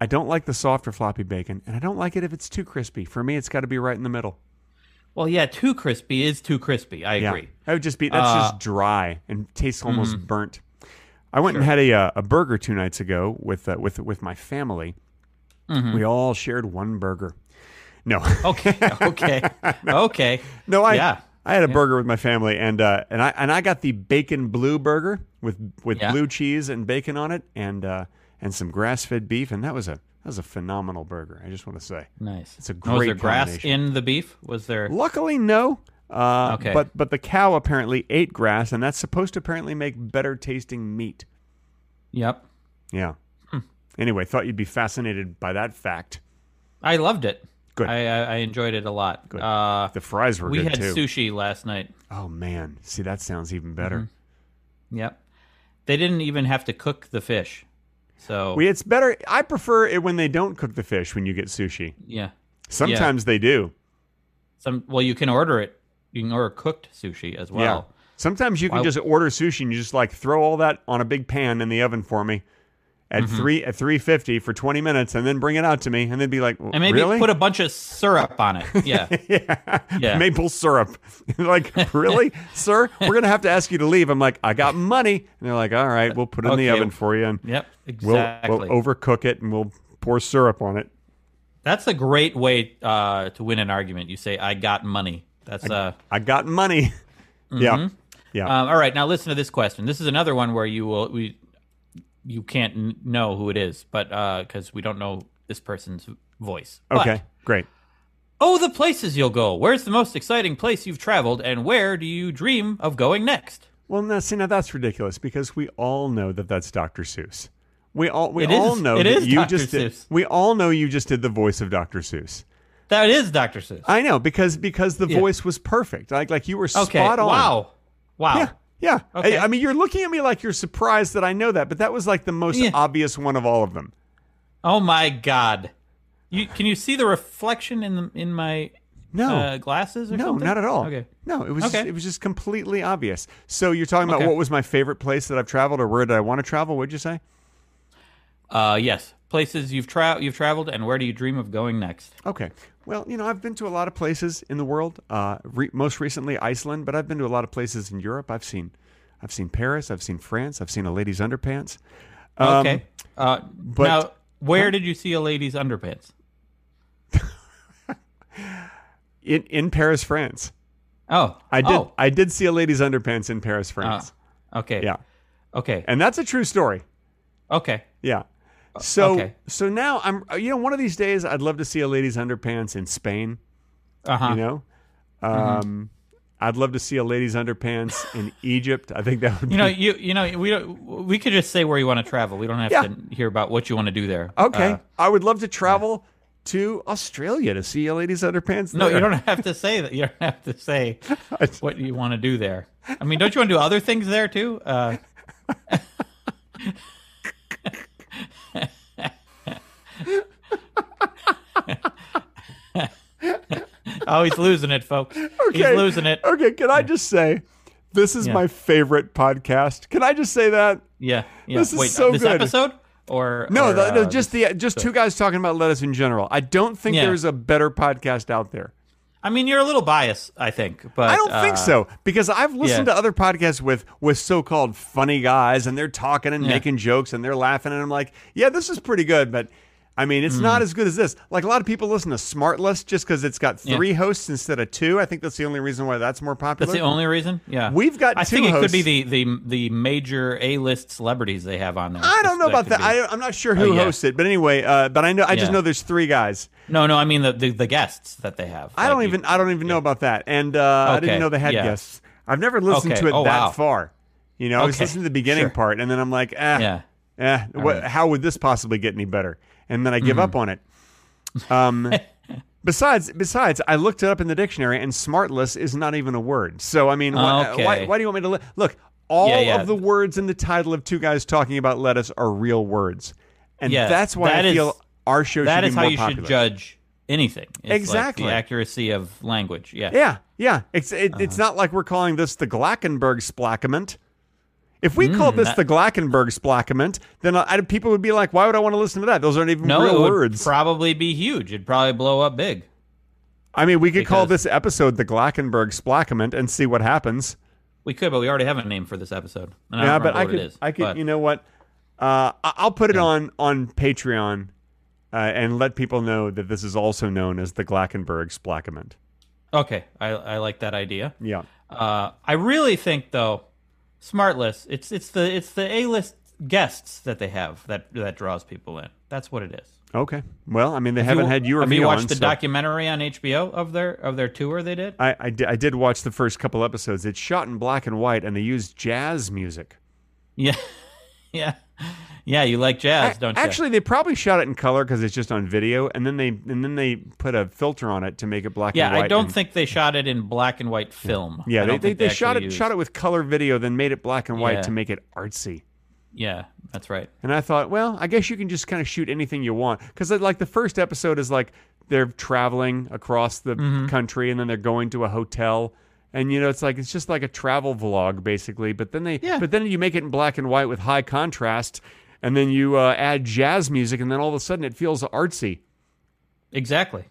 A: I don't like the soft or floppy bacon, and I don't like it if it's too crispy. For me, it's got to be right in the middle.
C: Well, yeah, too crispy is too crispy. I
A: Yeah,
C: agree.
A: that would just be that's
C: Uh,
A: just dry and tastes
C: mm-hmm.
A: almost burnt. I went and had a uh, a burger two nights ago with uh, with with my family.
C: Mm-hmm.
A: We all shared one burger. No,
C: Okay, okay, okay.
A: no, I
C: Oh. yeah,
A: I had a burger with my family, and uh, and I and I got the bacon blue burger with with
C: Yeah.
A: blue cheese and bacon on it, and uh, and some grass fed beef, and that was a that was a phenomenal burger. I just want to say.
C: nice.
A: It's a
C: Was
A: great
C: there grass
A: combination.
C: in the beef? Was there?
A: Luckily, no. Uh,
C: Okay.
A: But but the cow apparently ate grass, and that's supposed to apparently make better tasting meat.
C: Yep.
A: Yeah.
C: Hmm.
A: Anyway, thought you'd be fascinated by that fact.
C: I loved it.
A: Good.
C: I I, I enjoyed it a lot.
A: Good.
C: Uh,
A: The fries were
C: we
A: good
C: had
A: too.
C: sushi last night.
A: Oh man, see that sounds even better.
C: Mm-hmm. Yep. They didn't even have to cook the fish. So
A: We it's better. I prefer it when they don't cook the fish when you get sushi.
C: yeah.
A: Sometimes they do.
C: Some well, you can order it. You can order cooked sushi as well.
A: Yeah. Sometimes you can
C: Why-
A: just order sushi and you just like throw all that on a big pan in the oven for me at
C: Mm-hmm.
A: three at three fifty for twenty minutes, and then bring it out to me, and then be like,
C: And maybe
A: really?
C: put a bunch of syrup on it. Yeah.
A: yeah.
C: Yeah.
A: maple syrup. like, really, sir? We're gonna have to ask you to leave. I'm like, I got money, and they're like, all right, we'll put it in the
C: Okay.
A: oven for you, and
C: yep.
A: we'll
C: Exactly.
A: we'll overcook it, and we'll pour syrup on it.
C: That's a great way uh, to win an argument. You say, "I got money." That's uh.
A: I got money. Yeah, yeah.
C: Um, all right, now listen to this question. This is another one where you will we you can't n- know who it is, but because we don't know this person's voice. But,
A: okay, great.
C: oh, the places you'll go. Where's the most exciting place you've traveled, and where do you dream of going next?
A: Well, now see, now that's ridiculous because we all know that that's Dr. Seuss. We all we
C: It
A: all
C: is-
A: know
C: it
A: that
C: is
A: you
C: Dr.
A: just did,
C: Seuss.
A: we all know you just did the voice of Dr. Seuss.
C: That is Doctor Seuss.
A: I know because because the
C: Yeah.
A: voice was perfect. Like like you were
C: Okay.
A: Uh, spot on.
C: Wow. Wow.
A: Yeah. Yeah.
C: Okay.
A: I, I mean, you're looking at me like you're surprised that I know that, but that was like the most
C: Yeah.
A: obvious one of all of them.
C: Oh my God. You can you see the reflection in the, in my
A: No.
C: uh, glasses or
A: no,
C: something?
A: not at all.
C: Okay.
A: No, it was
C: Okay.
A: just, it was just completely obvious. So you're talking about
C: Okay.
A: what was my favorite place that I've traveled or where did I want to travel? What'd you say?
C: Uh, yes, places you've tra- you've traveled, and where do you dream of going next?
A: Okay. Well, you know, I've been to a lot of places in the world. Uh, re- most recently, Iceland, but I've been to a lot of places in Europe. I've seen, I've seen Paris. I've seen France. I've seen a lady's underpants. Um,
C: okay. Uh, now, where did you see a lady's underpants?
A: In in Paris, France,
C: Oh,
A: I did.
C: Oh, Ah.
A: I did see a lady's underpants in Paris, France.
C: okay.
A: yeah,
C: Okay.
A: and that's a true story.
C: Okay.
A: Yeah. So
C: Uh, okay.
A: so now I'm uh, you know one of these days I'd love to see a lady's underpants in Spain.
C: Uh huh.
A: You know, um,
C: Mm-hmm.
A: I'd love to see a lady's underpants in Egypt. I think that would be
C: You know, you you know, we don't, we could just say where you want to travel. We don't have
A: Yeah.
C: to hear about what you want to do there.
A: Okay.
C: Uh,
A: I would love to travel to Australia to see a lady's underpants.
C: no, you
A: there.
C: don't have to say that. You don't have to say what you want to do there. I mean, don't you want to do other things there too? Uh, Oh, he's losing it, folks.
A: Okay.
C: He's losing it.
A: Okay, can I just say this is
C: Yeah.
A: my favorite podcast? Can I just say that?
C: Yeah. yeah.
A: This is
C: Wait,
A: so
C: this
A: good.
C: episode or
A: No,
C: or,
A: the, no
C: uh,
A: just the just two guys talking about lettuce in general. I don't think
C: Yeah.
A: there's a better podcast out there.
C: I mean, you're a little biased, I think, but
A: I don't
C: uh,
A: think so because I've listened
C: yeah.
A: to other podcasts with with so-called funny guys and they're talking and
C: Yeah.
A: making jokes and they're laughing and I'm like, yeah, this is pretty good, but I mean, it's
C: Hmm.
A: not as good as this. Like a lot of people listen to Smart List just because it's got three hosts instead of two. I think that's the only reason why that's more popular.
C: That's the only reason. Yeah,
A: We've got
C: I
A: two
C: think it could
A: hosts.
C: be the the the major A list celebrities they have on there.
A: I don't know about
C: could
A: that.
C: be- Uh,
A: I, I'm not sure who
C: yeah.
A: hosts it, but anyway, uh, but I know I just
C: Yeah.
A: know there's three guys.
C: no, no. I mean the, the the guests that they have.
A: I don't
C: Like,
A: even I don't even know about that, and uh, I didn't
C: Okay,
A: know they had
C: yeah.
A: guests. I've never listened
C: Okay,
A: to it
C: oh,
A: that
C: wow.
A: far. You know, I was
C: Okay,
A: listening to the beginning
C: sure.
A: part, and then I'm like, eh,
C: Yeah.
A: eh, what, how would this possibly get any better? And then I give
C: Mm-hmm.
A: up on it. Um, besides, besides, I looked it up in the dictionary, and smartless is not even a word. So I mean, why,
C: Okay.
A: why, why do you want me to li- look? All
C: Yeah, yeah.
A: of the words in the title of two guys talking about lettuce are real words, and
C: Yeah,
A: that's why
C: that
A: I
C: is-
A: feel our show should
C: That
A: be
C: is
A: more
C: how you
A: popular.
C: should judge anything. It's like
A: Exactly.
C: the accuracy of language. Yeah.
A: Yeah, yeah. It's it, it's
C: Uh-huh.
A: not like we're calling this the Glackenberg splackament. If
C: Hmm,
A: we called this the Glackenberg splackament, then I, I- people would be like, "Why would I want to listen to that? Those aren't even
C: No, it
A: real
C: would
A: words."
C: probably be huge. It'd probably blow up big.
A: I mean, we could call
C: because-
A: this episode the Glackenberg splackament and see what happens.
C: We could, but we already have a name for this episode. And I
A: yeah,
C: don't
A: but I
C: remember
A: could,
C: what it is,
A: I could,
C: but-
A: you know what? Uh, I- I'll put it on on Patreon uh, and let people know that this is also known as the Glackenberg splackament.
C: okay, I, I like that idea.
A: Yeah.
C: Uh, I really think though, Smartless, it's it's the it's the A list guests that they have that that draws people in. That's what it is.
A: Okay. Well, I mean, they haven't had you or
C: have
A: me
C: you watched
A: on.
C: the
A: so-
C: documentary on HBO of their of their tour they did?
A: I, I, di- I did watch the first couple episodes. It's shot in black and white, and they used jazz music.
C: Yeah, yeah, yeah. You like jazz,
A: A-
C: don't you?
A: Actually, they probably shot it in color because it's just on video, and then they and then they put a filter on it to make it black
C: yeah.
A: and white.
C: I don't
A: and-
C: think they shot it in black and white film.
A: Yeah,
C: I
A: they,
C: don't
A: they,
C: think
A: they, shot it
C: actually used-
A: shot it with color video, then made it black and white
C: Yeah.
A: to make it artsy.
C: Yeah, that's right.
A: And I thought, well, I guess you can just kind of shoot anything you want because like the first episode is like they're traveling across the
C: Mm-hmm.
A: country, and then they're going to a hotel. And you know, it's like it's just like a travel vlog basically. But then they,
C: Yeah.
A: but then you make it in black and white with high contrast, and then you uh, add jazz music, and then all of a sudden it feels artsy.
C: Exactly.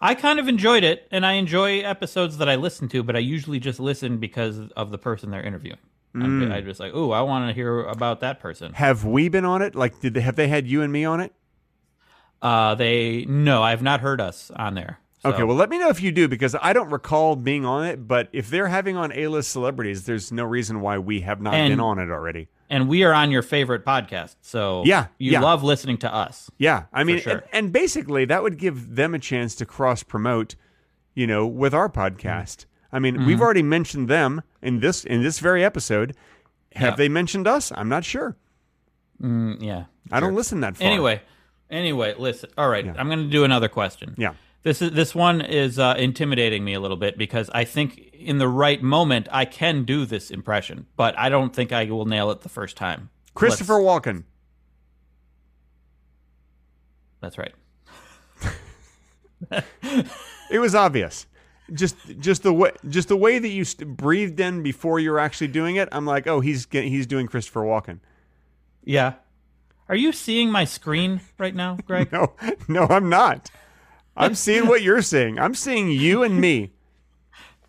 C: I kind of enjoyed it, and I enjoy episodes that I listen to, but I usually just listen because of the person they're interviewing. I'm
A: Hmm.
C: ju- i just like, ooh, I want to hear about that person.
A: Have we been on it? Like, did they have they had you and me on it?
C: Uh, they no, I have not heard us on there. So-
A: Okay, well, let me know if you do because I don't recall being on it. But if they're having on A-list celebrities, there's no reason why we have not
C: And-
A: been on it already.
C: and we are on your favorite podcast, so
A: Yeah,
C: you
A: yeah.
C: love listening to us.
A: Yeah, I mean,
C: sure.
A: and, and basically that would give them a chance to cross promote, you know, with our podcast. I mean, we've
C: Mm-hmm.
A: already mentioned them in this in this very episode. Have
C: Yeah.
A: they mentioned us? I'm not sure.
C: Mm, Yeah.
A: I don't listen that far.
C: Anyway, anyway, listen. All right, I'm going to do another question.
A: yeah,
C: This is this one is uh, intimidating me a little bit because I think in the right moment I can do this impression, but I don't think I will nail it the first time.
A: Christopher
C: Let's-
A: Walken.
C: that's right.
A: It was obvious. Just just the way just the way that you st- breathed in before you're actually doing it. I'm like, oh, he's get, he's doing Christopher Walken.
C: Yeah. Are you seeing my screen right now, Greg?
A: No, no, I'm not. I'm seeing what you're seeing. I'm seeing you and me.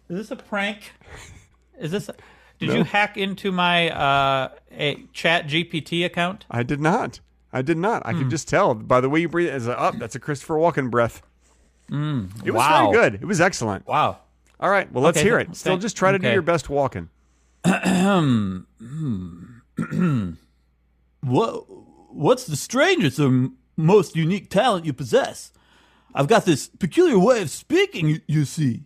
C: Is this a prank? Is this? A, did you hack into my uh, a Chat GPT account?
A: I did not. I did not.
C: Hmm.
A: I can just tell by the way you breathe. It's up. that's a Christopher Walken breath. it was
C: Hmm. wow.
A: very good. It was excellent.
C: Wow.
A: All right. Well, let's
C: Okay,
A: hear
C: th-
A: it. Still,
C: thank-
A: just try to do
C: okay.
A: your best walking.
G: What what's the strangest or m- most unique talent you possess? I've got this peculiar way of speaking, you, you see.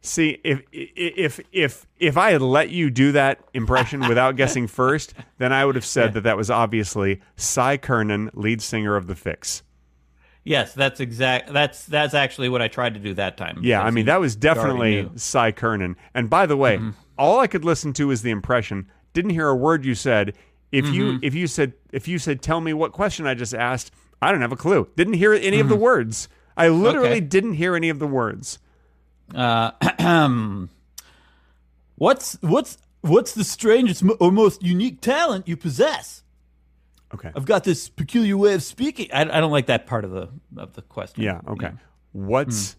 A: See, if i- if if if I had let you do that impression without guessing first, then I would have said that that was obviously Cy Kernan, lead singer of the Fix.
C: Yes, that's exact. That's that's actually what I tried to do that time.
A: Yeah, I
C: because
A: mean
C: you-
A: that was
C: you already
A: definitely
C: knew. Mm-hmm.
A: Cy Kernan. And by the way, all I could listen to was the impression. Didn't hear a word you said. If you
C: Mm-hmm.
A: if you said if you said tell me what question I just asked, I don't have a clue. Didn't hear any of the words. I literally
C: Mm-hmm. Okay.
A: didn't hear any of the words.
G: Uh, what's what's what's the strangest mo- or most unique talent you possess?
A: Okay.
G: I've got this peculiar way of speaking. I, I don't like that part of the of the question.
A: Yeah. Okay.
C: Mm.
A: What's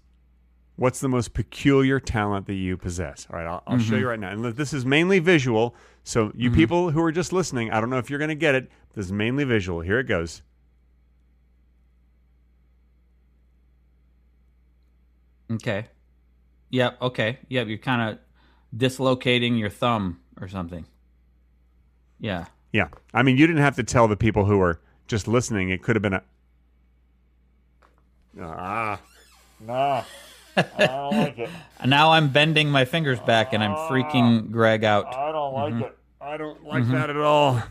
A: what's the most peculiar talent that you possess? All right, I'll, I'll
C: Mm-hmm.
A: show you right now. And look, this is mainly visual, so you people who are just listening, I don't know if you're going to get it. This is mainly visual. Here it goes.
C: Okay. Yep. Okay. Yep. You're kind of dislocating your thumb or something. Yeah.
A: Yeah. I mean, you didn't have to tell the people who are just listening. It could have been a. Ah. No. I don't like it.
C: And now I'm bending my fingers back and I'm freaking Greg out.
A: I don't like it. I don't like that at all.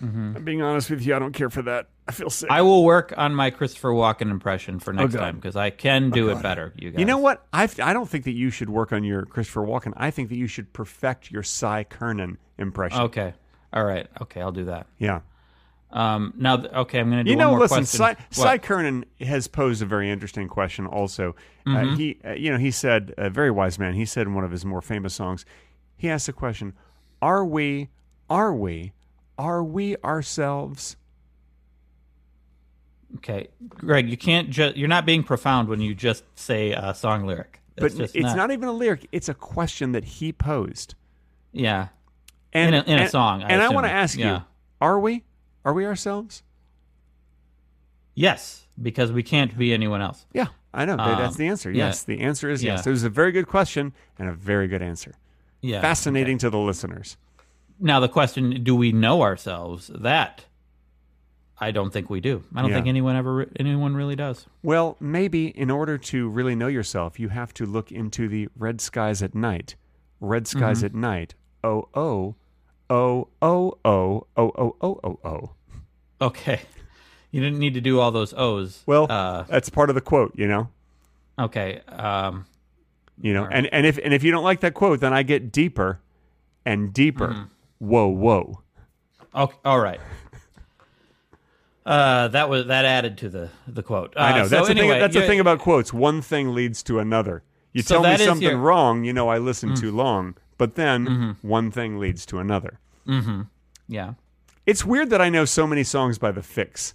A: I'm being honest with you. I don't care for that. Mm-hmm. I feel sick.
C: I will work on my Christopher Walken impression for next
A: God.
C: time because I can do it better. You guys.
A: You know what? I I don't think that you should work on your Christopher Walken. I think that you should perfect your Cy Kernan impression.
C: Okay. All right. Okay. I'll do that.
A: Yeah.
C: Um. Now. Th- okay. I'm gonna do
A: You
C: one
A: know,
C: more
A: listen,
C: question.
A: Cy,
C: What?
A: Cy Kernan has posed a very interesting question also.
C: Mm-hmm.
A: Uh, he, uh, you know, he said, a very wise man, he said in one of his more famous songs, he asked the question, are we, are we, are we ourselves?
C: Okay, Greg, you can't. Ju- you're not being profound when you just say a song lyric.
A: But
C: That's just
A: it's not even a lyric. It's a question that he posed.
C: Yeah.
A: and
C: In a- in a
A: and-
C: song, I
A: and I want to
C: assume.
A: ask
C: Yeah.
A: you: Are we? Are we ourselves?
C: Yes, because we can't be anyone else.
A: Yeah, I know. Th- That's the answer.
C: Um, yeah.
A: Yes, the answer is yes.
C: Yeah.
A: It was a very good question and a very good answer.
C: Yeah.
A: Fascinating to the listeners.
C: Now the question: Do we know ourselves? That I don't think we do. I don't
A: Yeah.
C: think anyone ever, re- anyone really does.
A: Well, maybe in order to really know yourself, you have to look into the red skies at night. Red skies
C: Mm-hmm.
A: at night. Oh oh, oh oh oh oh oh oh oh oh.
C: Okay. You didn't need to do all those O's.
A: Well,
C: Uh,
A: that's part of the quote, you know.
C: okay. Um.
A: You know, and and if and if you don't like that quote, then I get deeper and deeper.
C: Mm-hmm.
A: Whoa whoa.
C: Okay, all right. Uh, that was that added to the the quote. Uh,
A: I know.
C: so
A: that's the
C: anyway,
A: thing. That's the
C: you-
A: thing about quotes. One thing leads to another. You
C: So
A: tell me
C: that is Mm.
A: something
C: your-
A: wrong, you know I listen too long, but then
C: Mm-hmm.
A: one thing leads to another.
C: Yeah,
A: It's weird that I know so many songs by The Fix,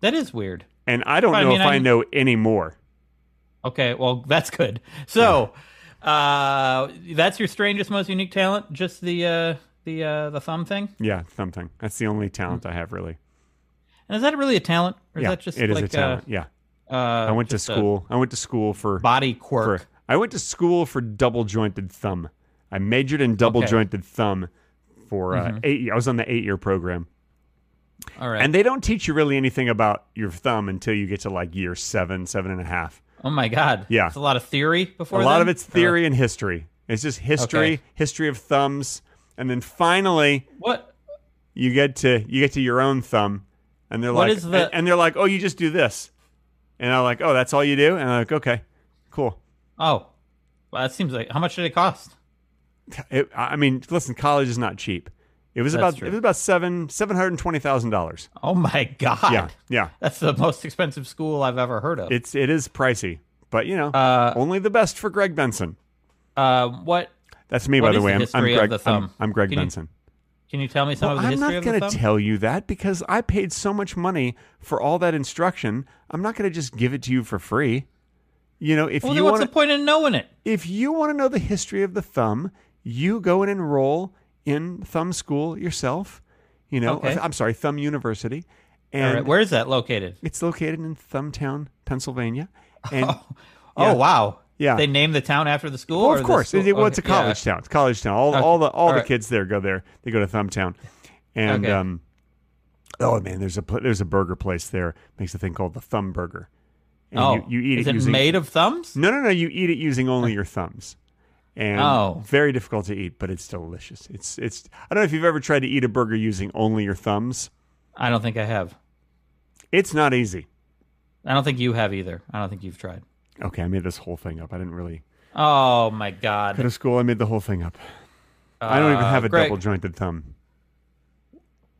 C: that is weird.
A: and I don't
C: I
A: know
C: mean,
A: if I,
C: I-
A: know any more.
C: Okay, well that's good. So, uh, that's your strangest, most unique talent. Just the uh, the uh, the thumb thing.
A: Yeah, something. That's the only talent I have really.
C: And is that really a talent, or
A: yeah,
C: is that just
A: it is
C: like
A: a talent. yeah,
C: Uh, uh,
A: I went to
C: just a
A: school. I went to school for,
C: body
A: for
C: quirk?
A: I went to school for double jointed thumb. I majored in double jointed thumb for uh, eight. I was on the eight year program.
C: All Mm-hmm. right.
A: And they don't teach you really anything about your thumb until you get to like year seven, seven and a half.
C: oh my god.
A: Yeah.
C: It's a lot of theory
A: A
C: before.
A: lot
C: then?
A: of it's theory and history. It's just history,
C: Okay.
A: history of thumbs, and then finally
C: Or what?
A: you get to you get to your own thumb, and they're
C: What
A: like,
C: is the-
A: and they're like, oh, you just do this, and I'm like, oh, that's all you do, and I'm like, okay, cool.
C: Oh, well, that seems like how much did it cost?
A: It, I I mean, listen, college is not cheap. It was
C: That's
A: about
C: true.
A: it was about seven seven hundred twenty thousand dollars.
C: Oh my god.
A: Yeah, yeah.
C: That's the most expensive school I've ever heard of.
A: It's it is pricey, but you know,
C: Oh. Uh,
A: only the best for Greg Benson.
C: Uh, what
A: That's me,
C: What
A: by the
C: is
A: way. I'm,
C: the
A: I'm
C: history of
A: Greg.
C: the
A: I'm-
C: thumb?
A: I'm, Greg
C: Can you-
A: Benson.
C: can you tell me some
A: Well,
C: of the
A: I'm
C: history
A: not
C: of the
A: going to
C: thumb?
A: tell you that because I paid so much money for all that instruction. I'm not going to just give it to you for free. You know, if
C: well,
A: you
C: then what's
A: want
C: the point in knowing it?
A: if you want to know the history of the thumb, you go and enroll in thumb school yourself. You know,
C: Okay.
A: I'm sorry, Thumb University,
C: All
A: and
C: right, where is that located?
A: it's located in Thumbtown, Pennsylvania. And Yeah.
C: Oh wow!
A: Yeah.
C: they named the town after the school.
A: Well,
C: or
A: of
C: the
A: course.
C: school-
A: It, well, it's a
C: okay, yeah.
A: college town. It's a college town. All, all the all, the
C: Alright.
A: kids there go there. They go to Thumbtown, and
C: Okay.
A: um, oh man, there's a pl- there's a burger place there makes a thing called the Thumb Burger. And
C: Oh,
A: you, you eat
C: is
A: it,
C: it
A: using
C: made of thumbs?
A: no no no. You eat it using only your thumbs. And
C: Oh.
A: very difficult to eat, but it's delicious. It's it's. I don't know if you've ever tried to eat a burger using only your thumbs.
C: I don't think I have.
A: It's not easy.
C: I don't think you have either. I don't think you've tried.
A: Okay, I made this whole thing up. I didn't really
C: Oh my
A: go
C: god!
A: to school. I made the whole thing up. I don't even have a
C: Uh, Greg.
A: double jointed thumb.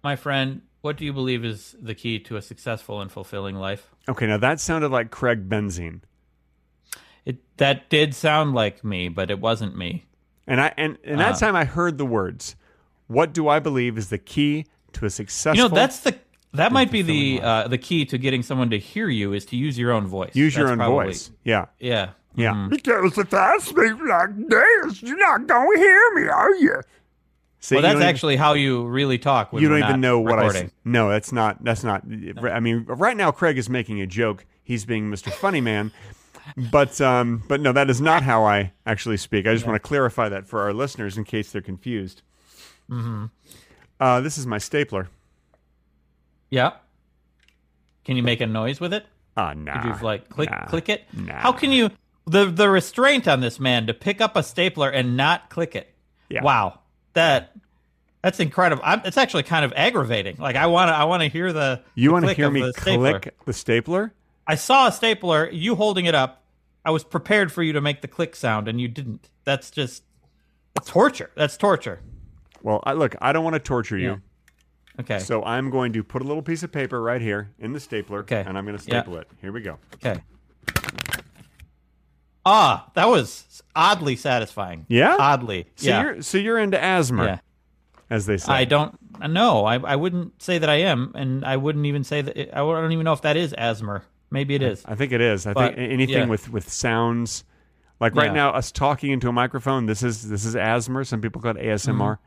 C: My friend, What do you believe is the key to a successful and fulfilling life?
A: Okay, now that sounded like Craig Benzine.
C: It that did sound like me, but it wasn't me.
A: And I and, and
C: Uh.
A: that time I heard the words, "What do I believe is the key to a successful?"
C: You know, that's the that might be the uh, the key to getting someone to hear you is to use your own voice.
A: use your
C: That's
A: own
C: probably-
A: voice. Yeah,
C: Yeah.
A: yeah.
C: Mm-hmm.
E: Because if I speak like this, you're not going to hear me, are you?
A: See,
C: well,
A: you
C: that's
A: don't-
C: actually how you really talk. When
A: you
C: we're
A: don't even
C: not
A: know what I.
C: recording.
A: s- No, that's not. That's not. I mean, right now Craig is making a joke. He's being Mr. Funny Man, but um, but no, that is not how I actually speak. I just want to clarify that for our listeners in case they're confused. Mm-hmm. Uh, this is my stapler.
C: Yeah. Can you make a noise with it?
A: Ah, nah.
C: Could you like click
A: nah,
C: click it?
A: nah.
C: How can you the the restraint on this man to pick up a stapler and not click it?
A: Yeah.
C: Wow. That that's incredible. I'm, it's actually kind of aggravating. Like I want to I want to hear the
A: You
C: the
A: want to
C: click
A: hear
C: of
A: me
C: the stapler.
A: click the stapler?
C: I saw a stapler, you holding it up. I was prepared for you to make the click sound and you didn't. That's just it's torture. That's torture.
A: Well, I, look, I don't want to torture you,
C: Okay.
A: so I'm going to put a little piece of paper right here in the stapler,
C: Okay.
A: and I'm going to
C: Yeah.
A: staple it. Here we go.
C: Okay. Ah, that was oddly satisfying.
A: Yeah?
C: Oddly.
A: So
C: yeah.
A: you're so you're into asthma,
C: Yeah.
A: as they say.
C: I don't know. I, I wouldn't say that I am, and I wouldn't even say that. It, I don't even know if that is asthma. Maybe it is.
A: I think it is. I
C: But,
A: think anything
C: yeah.
A: with with sounds, like right
C: Yeah.
A: now, us talking into a microphone. This is this is asthma. Some people call it ASMR.
C: Mm-hmm.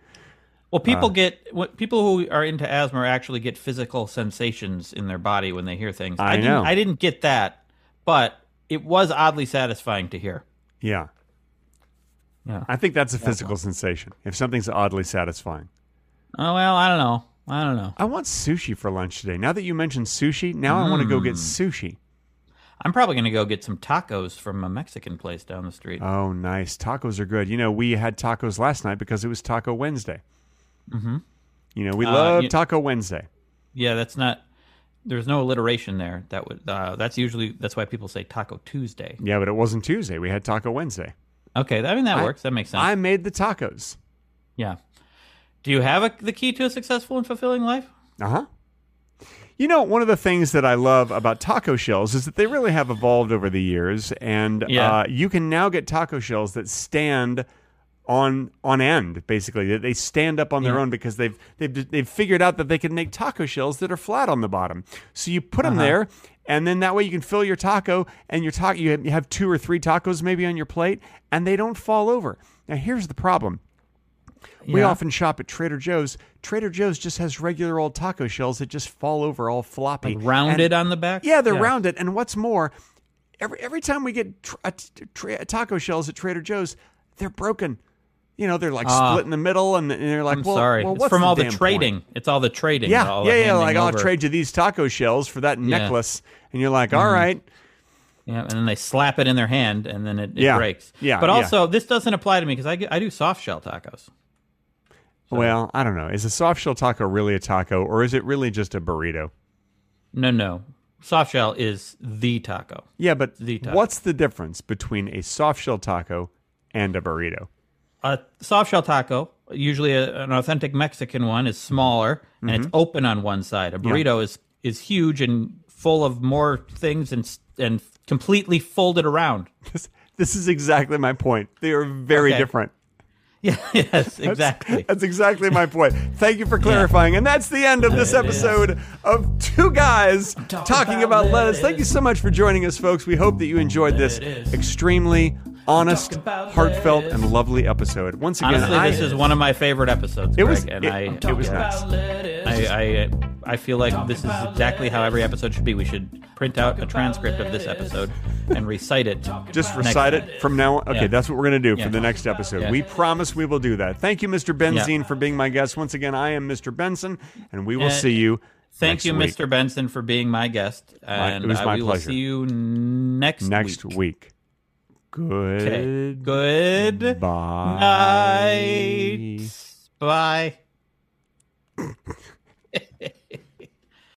C: Well,
A: uh.
C: people get what people who are into asthma actually get physical sensations in their body when they hear things.
A: I
C: didn't,
A: know.
C: I didn't get that, but it was oddly satisfying to hear.
A: Yeah.
C: Yeah.
A: I think that's a physical sensation. If something's oddly satisfying.
C: Oh well, I don't know. I don't know.
A: I want sushi for lunch today. Now that you mentioned sushi, now I want to go get
C: Mm.
A: sushi.
C: I'm probably gonna go get some tacos from a Mexican place down the street.
A: Oh, nice. Tacos are good. You know, we had tacos last night because it was Taco Wednesday. Mm-hmm. You know, we love
C: Uh, you-
A: Taco Wednesday.
C: Yeah, that's not. There's no alliteration there. That would. Uh, that's usually. That's why people say Taco Tuesday.
A: Yeah, but it wasn't Tuesday. We had Taco Wednesday.
C: Okay, I mean that
A: I-
C: works. That makes sense.
A: I made the tacos.
C: yeah. Do you have a, the key to a successful and fulfilling life?
A: Uh huh. You know, one of the things that I love about taco shells is that they really have evolved over the years, and
C: Yeah.
A: uh, you can now get taco shells that stand on on end. Basically, That they stand up on their own because they've they've they've figured out that they can make taco shells that are flat on the bottom. So you put
C: Uh-huh.
A: them there, and then that way you can fill your taco, and your taco you have- you have two or three tacos maybe on your plate, and they don't fall over. Now here's the problem. We
C: Yeah.
A: often shop at Trader Joe's. Trader Joe's just has regular old taco shells that just fall over all floppy. And-
C: Rounded on the back.
A: Yeah, they're rounded. And what's more, every every time we get tr- a t- tra- taco shells at Trader Joe's, they're broken. You know, they're like split in the middle, and, and they're like,
C: Ah. I'm
A: well,
C: sorry.
A: well,
C: it's
A: what's
C: from all the
A: damn point?
C: trading. It's all the trading.
A: Yeah,
C: all the
A: yeah, yeah.
C: handing
A: Like I'll
C: over.
A: trade you these taco shells for that necklace, and you're like,
C: Mm-hmm.
A: all right.
C: Yeah, and then they slap it in their hand, and then it, it
A: Yeah.
C: breaks.
A: Yeah,
C: But
A: yeah.
C: also, this doesn't apply to me because I, get- I do soft shell tacos.
A: Well, I don't know. Is a soft shell taco really a taco, or is it really just a burrito?
C: No, no. Soft shell is the taco.
A: Yeah, but
C: The taco.
A: what's the difference between a soft shell taco and a burrito?
C: a soft shell taco, usually a, an authentic Mexican one, is smaller and
A: Mm-hmm.
C: it's open on one side. A burrito is is huge and full of more things and s- and completely folded around.
A: This, this is exactly my point. They are very
C: Okay.
A: different.
C: Yeah, yes, exactly.
A: That's exactly my point. Thank you for clarifying. And that's the end of this episode of Two Guys Talking, About,
B: about
A: Lettuce.
B: lettuce.
A: Thank you so much for joining us, folks. We hope that you enjoyed this extremely honest,
B: Talking about
A: heartfelt,
B: lettuce.
A: and lovely episode. Once again,
C: Honestly,
A: I,
C: this is one of my favorite episodes,
A: It
C: Greg,
A: was-
C: and
A: it-
C: I,
A: It was nice.
C: I, I I feel like this is exactly how every episode should be. We should print out a transcript of this episode and recite it.
A: just
C: next
A: recite
C: time.
A: it from now on. Okay,
C: Yeah.
A: that's what we're going to do
C: Yeah.
A: for the next episode.
C: Yeah.
A: We promise we will do that. Thank you, Mr. Benzine, for being my guest. Once again, I am Mr. Benson, and we will
C: Uh,
A: see you.
C: Thank
A: next
C: you,
A: week.
C: Mr. Benson, for being my guest, and
A: was
C: uh,
A: my
C: we
A: pleasure.
C: will see you next
A: Next
C: week.
A: week. Good.
C: Okay. Good
A: Bye.
C: night. Bye.